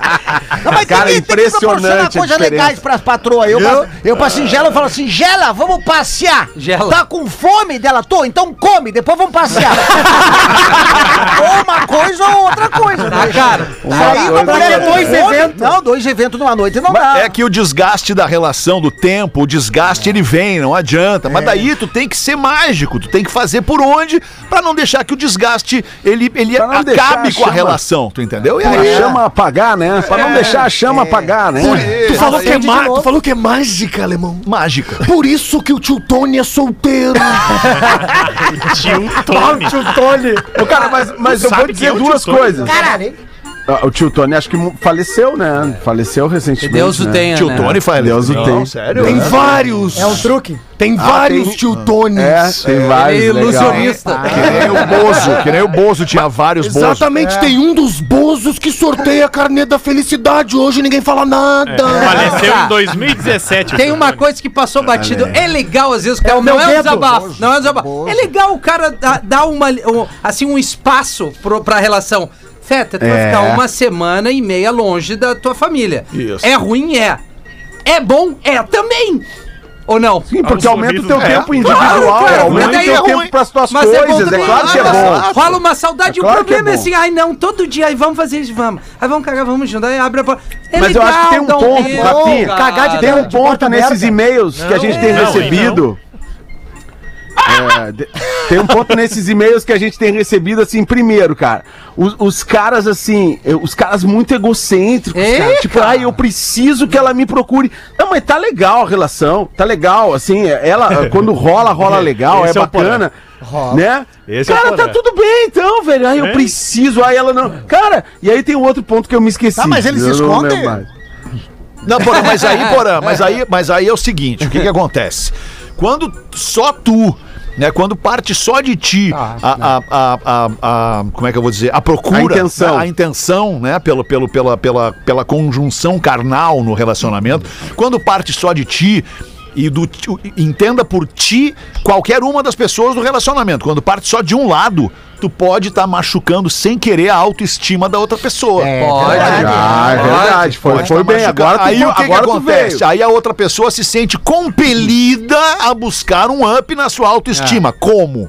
S10: Não,
S7: Cara,
S10: mas tem que- tem que
S7: impressionante
S10: proporcionar
S7: a
S10: coisas
S7: diferença.
S10: legais pras patroas. Eu, eu, eu pra Singela, eu falo assim, Gela, vamos passear.
S2: Ah. Gela.
S10: Tá com fome dela? Tô, então come, depois vamos passear. ou uma coisa ou outra coisa.
S2: Tá, cara.
S10: Uma Aí,
S7: coisa
S10: mulher
S7: é
S10: com
S7: dois
S10: fome-
S8: eventos.
S10: Não, dois eventos numa noite não dá.
S4: Mas é que o desgaste da relação, do tempo, o desgaste ele vem, não adianta.
S10: É.
S4: Mas daí tu tem que ser mágico, tu tem que fazer por onde pra não deixar que o desgaste ele, ele
S7: Pra não
S4: acabe
S7: deixar a
S4: com
S7: chama-
S4: a relação, tu entendeu? E
S7: Pra
S4: aí,
S7: chama apagar, né? Pra
S2: É.
S7: não deixar a chama apagar, né?
S11: Tu falou, que é
S8: de
S11: ma-
S8: novo.
S11: tu falou que é mágica, alemão.
S4: mágica.
S11: Por isso que o tio Tony é solteiro.
S9: Tio Tony.
S7: Tio Tony. Ô, cara, mas, mas eu vou
S9: sabe quem é
S7: dizer
S9: o
S7: duas
S9: tio Tony?
S7: coisas.
S8: Caralho.
S7: Ah, O tio Tony acho que mu- faleceu, né? Faleceu recentemente.
S2: Deus o
S7: né?
S2: tenha,
S4: Tio
S2: né?
S4: Tony faz
S7: Deus o tem.
S4: sério?
S11: Tem
S7: É.
S11: vários.
S8: É um truque.
S4: Ah,
S11: Tem vários tio Tonys.
S7: Ah, um- É, tem vários.
S2: Ele é
S7: legal.
S2: ilusionista.
S4: Que nem o Bozo, que nem o Bozo tinha vários Bozos.
S11: Exatamente,
S7: É.
S11: tem um dos bozos que sorteia a carnê da felicidade. Hoje ninguém fala
S9: É.
S11: nada.
S9: Faleceu em 2017.
S2: Tá. Tem uma coisa que passou batido. É legal, às vezes, o
S8: É o
S2: cara. não,
S8: meu
S2: é um
S8: dedo.
S2: desabafo, não é um desabafo. É legal o cara dar, dar uma, um- assim, um espaço pro, pra relação. Feta, tu vai
S7: É.
S2: ficar uma semana e meia longe da tua família. É ruim, é. É bom, é também. Ou não?
S7: Sim, porque
S9: Ah, os
S7: aumenta o teu
S9: sorrisos, né?
S7: tempo individual,
S2: Claro, claro, mas
S7: aumenta o
S2: daí é
S7: teu
S2: ruim.
S7: tempo pras tuas coisas. É
S2: também.
S7: claro que é
S2: Rola-
S7: bom.
S2: Rola uma saudade. e
S7: É
S2: o
S7: claro que é
S2: problema é,
S7: bom.
S2: assim, ai não, todo dia, aí vamos fazer isso, vamos. Aí vamos cagar, vamos juntar, aí abre a porta. É
S7: Mas eu acho que tem um
S2: dá
S7: ponto,
S2: tempo,
S7: Rafinha.
S2: cara.
S8: Cagar de
S7: Tem um
S8: de
S7: ponto
S8: porta
S7: nesses
S8: aberta.
S7: e-mails que a gente tem
S9: não, não.
S7: recebido. É, de- tem um ponto nesses e-mails que a gente tem recebido, assim, primeiro, cara. Os, os caras, assim, eu- os caras muito egocêntricos,
S2: É,
S7: cara. Tipo,
S2: cara.
S7: ai, eu preciso que ela me procure. Não, mas tá legal a relação, tá legal, assim, ela, quando rola, rola legal,
S9: Esse
S7: é,
S9: é o
S7: bacana. Né?
S9: Esse é o
S7: cara, tá
S9: podre.
S7: tudo bem então, velho. Ai, eu
S9: É.
S7: preciso. Ai, ela não. Cara, e aí tem um outro ponto que eu me esqueci.
S10: Tá, mas eles
S7: Eu
S10: se
S7: não
S10: escondem?
S7: lembro mais.
S4: Não, porra, mas aí, porra, mas aí, mas aí é o seguinte, o que que acontece? Quando só tu, né, quando parte só de ti
S7: Ah,
S4: a, a, a, a, a- como é que eu vou dizer, a procura,
S7: A intenção.
S4: né, a intenção, né, pelo, pelo, pela, pela, pela conjunção carnal no relacionamento, quando parte só de ti, e do ti- entenda por ti qualquer uma das pessoas do relacionamento. Quando parte só de um lado, tu pode estar machucando sem querer a autoestima da outra
S7: É,
S4: pessoa.
S2: Pode.
S7: Ah, é verdade. Foi,
S4: é Pode
S7: foi
S4: tá
S7: bem.
S4: machucado.
S7: Agora tu,
S4: aí o que,
S7: agora
S4: que
S7: tu
S4: acontece?
S7: veio.
S4: Aí a outra pessoa se sente compelida a buscar um up na sua autoestima. Como?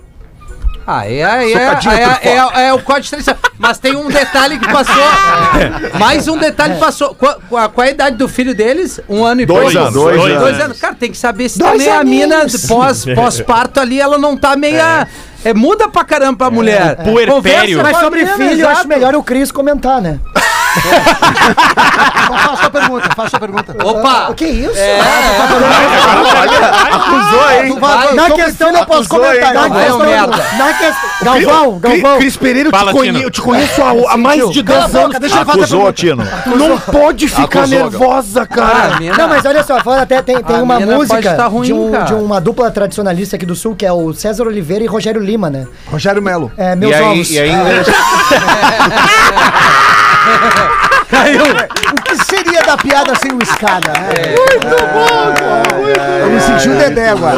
S2: Ah, é, é,
S4: Socadinho
S2: é,
S4: por
S2: é, é, é o código de traição. Mas tem um detalhe que passou. Mais um detalhe que passou. Qual, qual- qual a idade do filho deles? Um ano e
S4: Dois
S2: pouco?
S4: anos,
S7: dois
S2: Dois
S7: anos.
S2: anos. Cara, tem que saber se
S8: Dois
S2: também a
S8: aninhos.
S2: mina pós- pós-parto ali, ela não tá meia. É, muda pra caramba a mulher.
S9: puerpério.
S2: Conversa
S8: Mas
S2: com a
S8: sobre
S4: né,
S2: mina,
S8: filho, eu
S2: exato.
S8: acho melhor o Cris comentar, né?
S10: Faça a Então pergunta, faça a pergunta.
S2: Opa!
S8: O que é isso?
S2: É,
S7: Acusou, hein?
S8: Na questão não posso comentar. Na
S2: Vai, ô
S8: questão,
S2: merda.
S8: na questão. Galvão, Galvão.
S11: Cris Pereira, eu te,
S9: Fala,
S11: conhe-
S9: Tino.
S11: eu te conheço há, há mais de 10 anos. Deixa
S4: Acusou, Tino.
S11: Tu não pode ficar
S4: Acusou,
S11: nervosa, cara.
S2: Ah, a mina-
S8: Não, mas olha só, falando até tem, tem
S2: A
S8: uma
S2: mina pode
S8: música
S2: tá ruim,
S8: de, um-
S2: cara.
S8: de uma dupla tradicionalista aqui do sul, que é o César Oliveira e Rogério Lima, né?
S10: Rogério Melo.
S8: É, meus ovos.
S1: ainda.
S10: Caiu. O que seria da piada sem o escada, né?
S2: É.
S10: Muito bom, Eu me senti um dedé agora.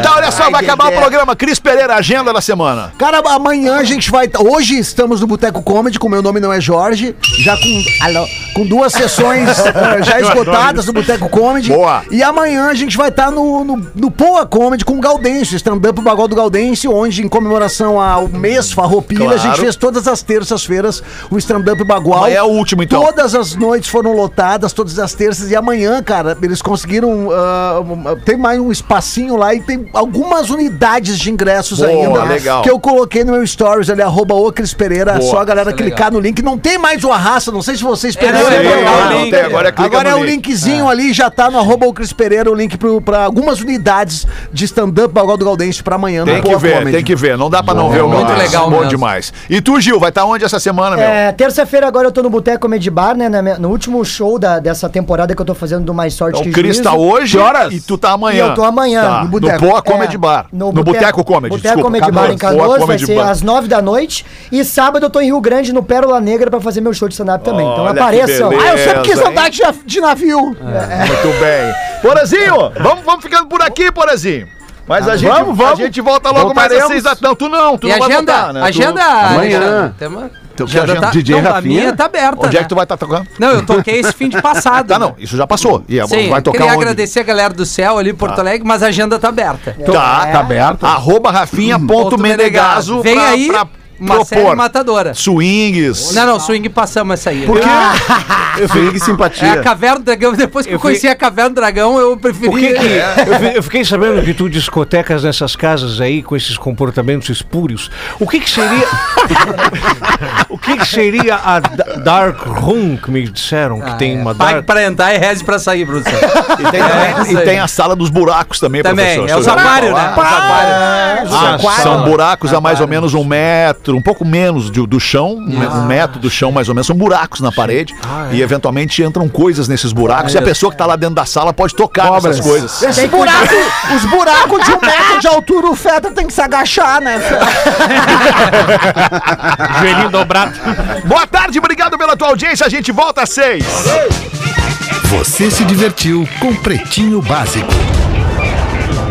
S4: Tá, olha só,
S10: Ah, Ai, é?
S4: vai acabar o
S10: Dedé.
S4: programa. Cris Pereira, agenda da semana.
S10: Cara, amanhã a gente vai. tá- Hoje estamos no Boteco Comedy, com meu nome não é Jorge, já com, alô, com duas sessões eh, já
S1: é
S4: Eu adoro
S10: esgotadas
S4: isso.
S10: do Boteco Comedy.
S4: Boa.
S10: E amanhã a gente vai estar no, no, no Poa Comedy com o Gaudêncio, stand-up Bagol do Gaudêncio, onde em comemoração ao mês Farroupilha, a gente
S4: Claro.
S10: fez todas as terças-feiras o stand-up Bagual.
S4: Amanhã é o último, então.
S10: Todas as noites foram lotadas, todas as terças. E amanhã, cara, eles conseguiram. ah, um- tem mais um espacinho lá e tem algumas unidades de ingressos
S4: Boa,
S10: ainda.
S4: legal.
S10: Que eu coloquei no meu stories ali, arroba o Cris Pereira.
S4: Boa.
S10: só a galera
S4: Isso é
S10: clicar
S4: legal.
S10: no link. Não tem mais o Arrasta, não sei se vocês
S4: não,
S10: pegaram.
S4: é,
S10: agora.
S4: não tem, não tem, agora
S10: Agora,
S4: clica
S10: é
S4: no
S10: o
S4: link.
S10: linkzinho ali, já tá no arroba o Cris Pereira, o link pro- pra algumas unidades de stand-up Bagual do Galdense pra amanhã
S4: Tem
S10: no
S4: que
S10: Poa
S4: ver,
S10: Comedy.
S4: tem que ver. Não dá pra não ver o meu.
S10: Muito
S4: Deus,
S10: legal
S4: Bom
S10: mesmo.
S4: demais. E tu, Gil, vai estar onde essa semana, meu?
S8: É, terça-feira agora eu tô no Boteco Comedy Bar, né? na minha- no último show da, dessa temporada que eu tô fazendo do Mais Sorte
S4: Então, o
S8: que
S4: Cris tá
S8: Juízo.
S4: hoje e tu tá amanhã.
S8: E eu tô amanhã. É,
S4: Tá, no Boa Comedy Bar. No Boteco Comedy,
S8: Boteco
S4: desculpa.
S8: Comedy Bar em
S4: Boa
S8: Canoas, vai
S4: Comedy
S8: ser
S4: Bar.
S8: às nove da noite. E sábado eu tô em Rio Grande, no Pérola Negra, pra fazer meu show de stand-up também. Então
S4: Olha que
S8: apareçam.
S4: beleza, hein?
S10: de, de navio.
S4: Muito bem. Porazinho, vamos, vamos ficando por aqui, Porazinho. Mas a gente,
S2: vamos, vamos.
S4: a gente volta logo mais às
S2: Voltaremos.
S4: seis da tarde. Tu não, tu
S2: e
S4: não vai
S2: agenda,
S4: voltar, né? Tu-
S2: agenda.
S4: Amanhã.
S2: Alexandre, tem uma-
S4: Então, que
S2: agenda
S4: agenda?
S2: tá,
S4: DJ
S2: não, a
S4: Rafinha?
S2: minha tá aberta.
S4: Onde é
S2: né?
S4: que tu vai estar tocando?
S2: Não, eu toquei esse fim de passado.
S4: Tá, não, isso já passou. E agora
S2: Sim,
S4: vai tocar
S2: queria
S4: onde?
S2: agradecer a galera do céu ali em Porto
S4: Tá.
S2: Alegre, mas a agenda tá aberta.
S4: Tá, tá aberto. Arroba
S2: Hum. Ponto
S4: rafinha.menegaso
S2: Vem aí uma série matadora.
S4: Swings.
S2: Não, não, swing passamos essa aí.
S4: Por quê?
S2: Eu
S4: Swing e
S2: É a Caverna do Dragão, depois que eu,
S3: Eu
S2: conheci
S3: fui-
S2: a Caverna do Dragão, eu preferi...
S3: O que que-
S2: É.
S3: eu, fi- eu fiquei sabendo que tu discotecas nessas casas aí com esses comportamentos espúrios. O que que seria? o que que seria a da- dark room que me disseram que tem uma
S2: Pague
S3: dark?
S2: pra entrar e reze pra sair, Bruno.
S4: Ah, é.
S2: É,
S4: E tem, também- e tem a sala dos buracos também,
S2: Também,
S4: professor.
S2: é os
S4: Você já ouviu
S2: aquários,
S4: falar?
S2: né? Os aquários.
S4: Ah,
S2: Os aquários.
S4: são
S2: É
S4: buracos a mais ou menos um metro, um pouco menos do, do chão, um me-
S2: Ah.
S4: um metro do chão mais ou menos. São buracos na parede
S2: é.
S4: e eventualmente entram coisas nesses buracos
S10: Ah,
S4: e a
S10: é.
S4: pessoa que tá lá dentro da sala pode tocar nessas coisas.
S10: Esse buraco, os buracos de um metro de altura, o Feta tem que se agachar, né?
S4: Joelhinho dobrado. Boa tarde, obrigado pela tua audiência. A gente volta às seis.
S5: Você se divertiu com Pretinho Básico.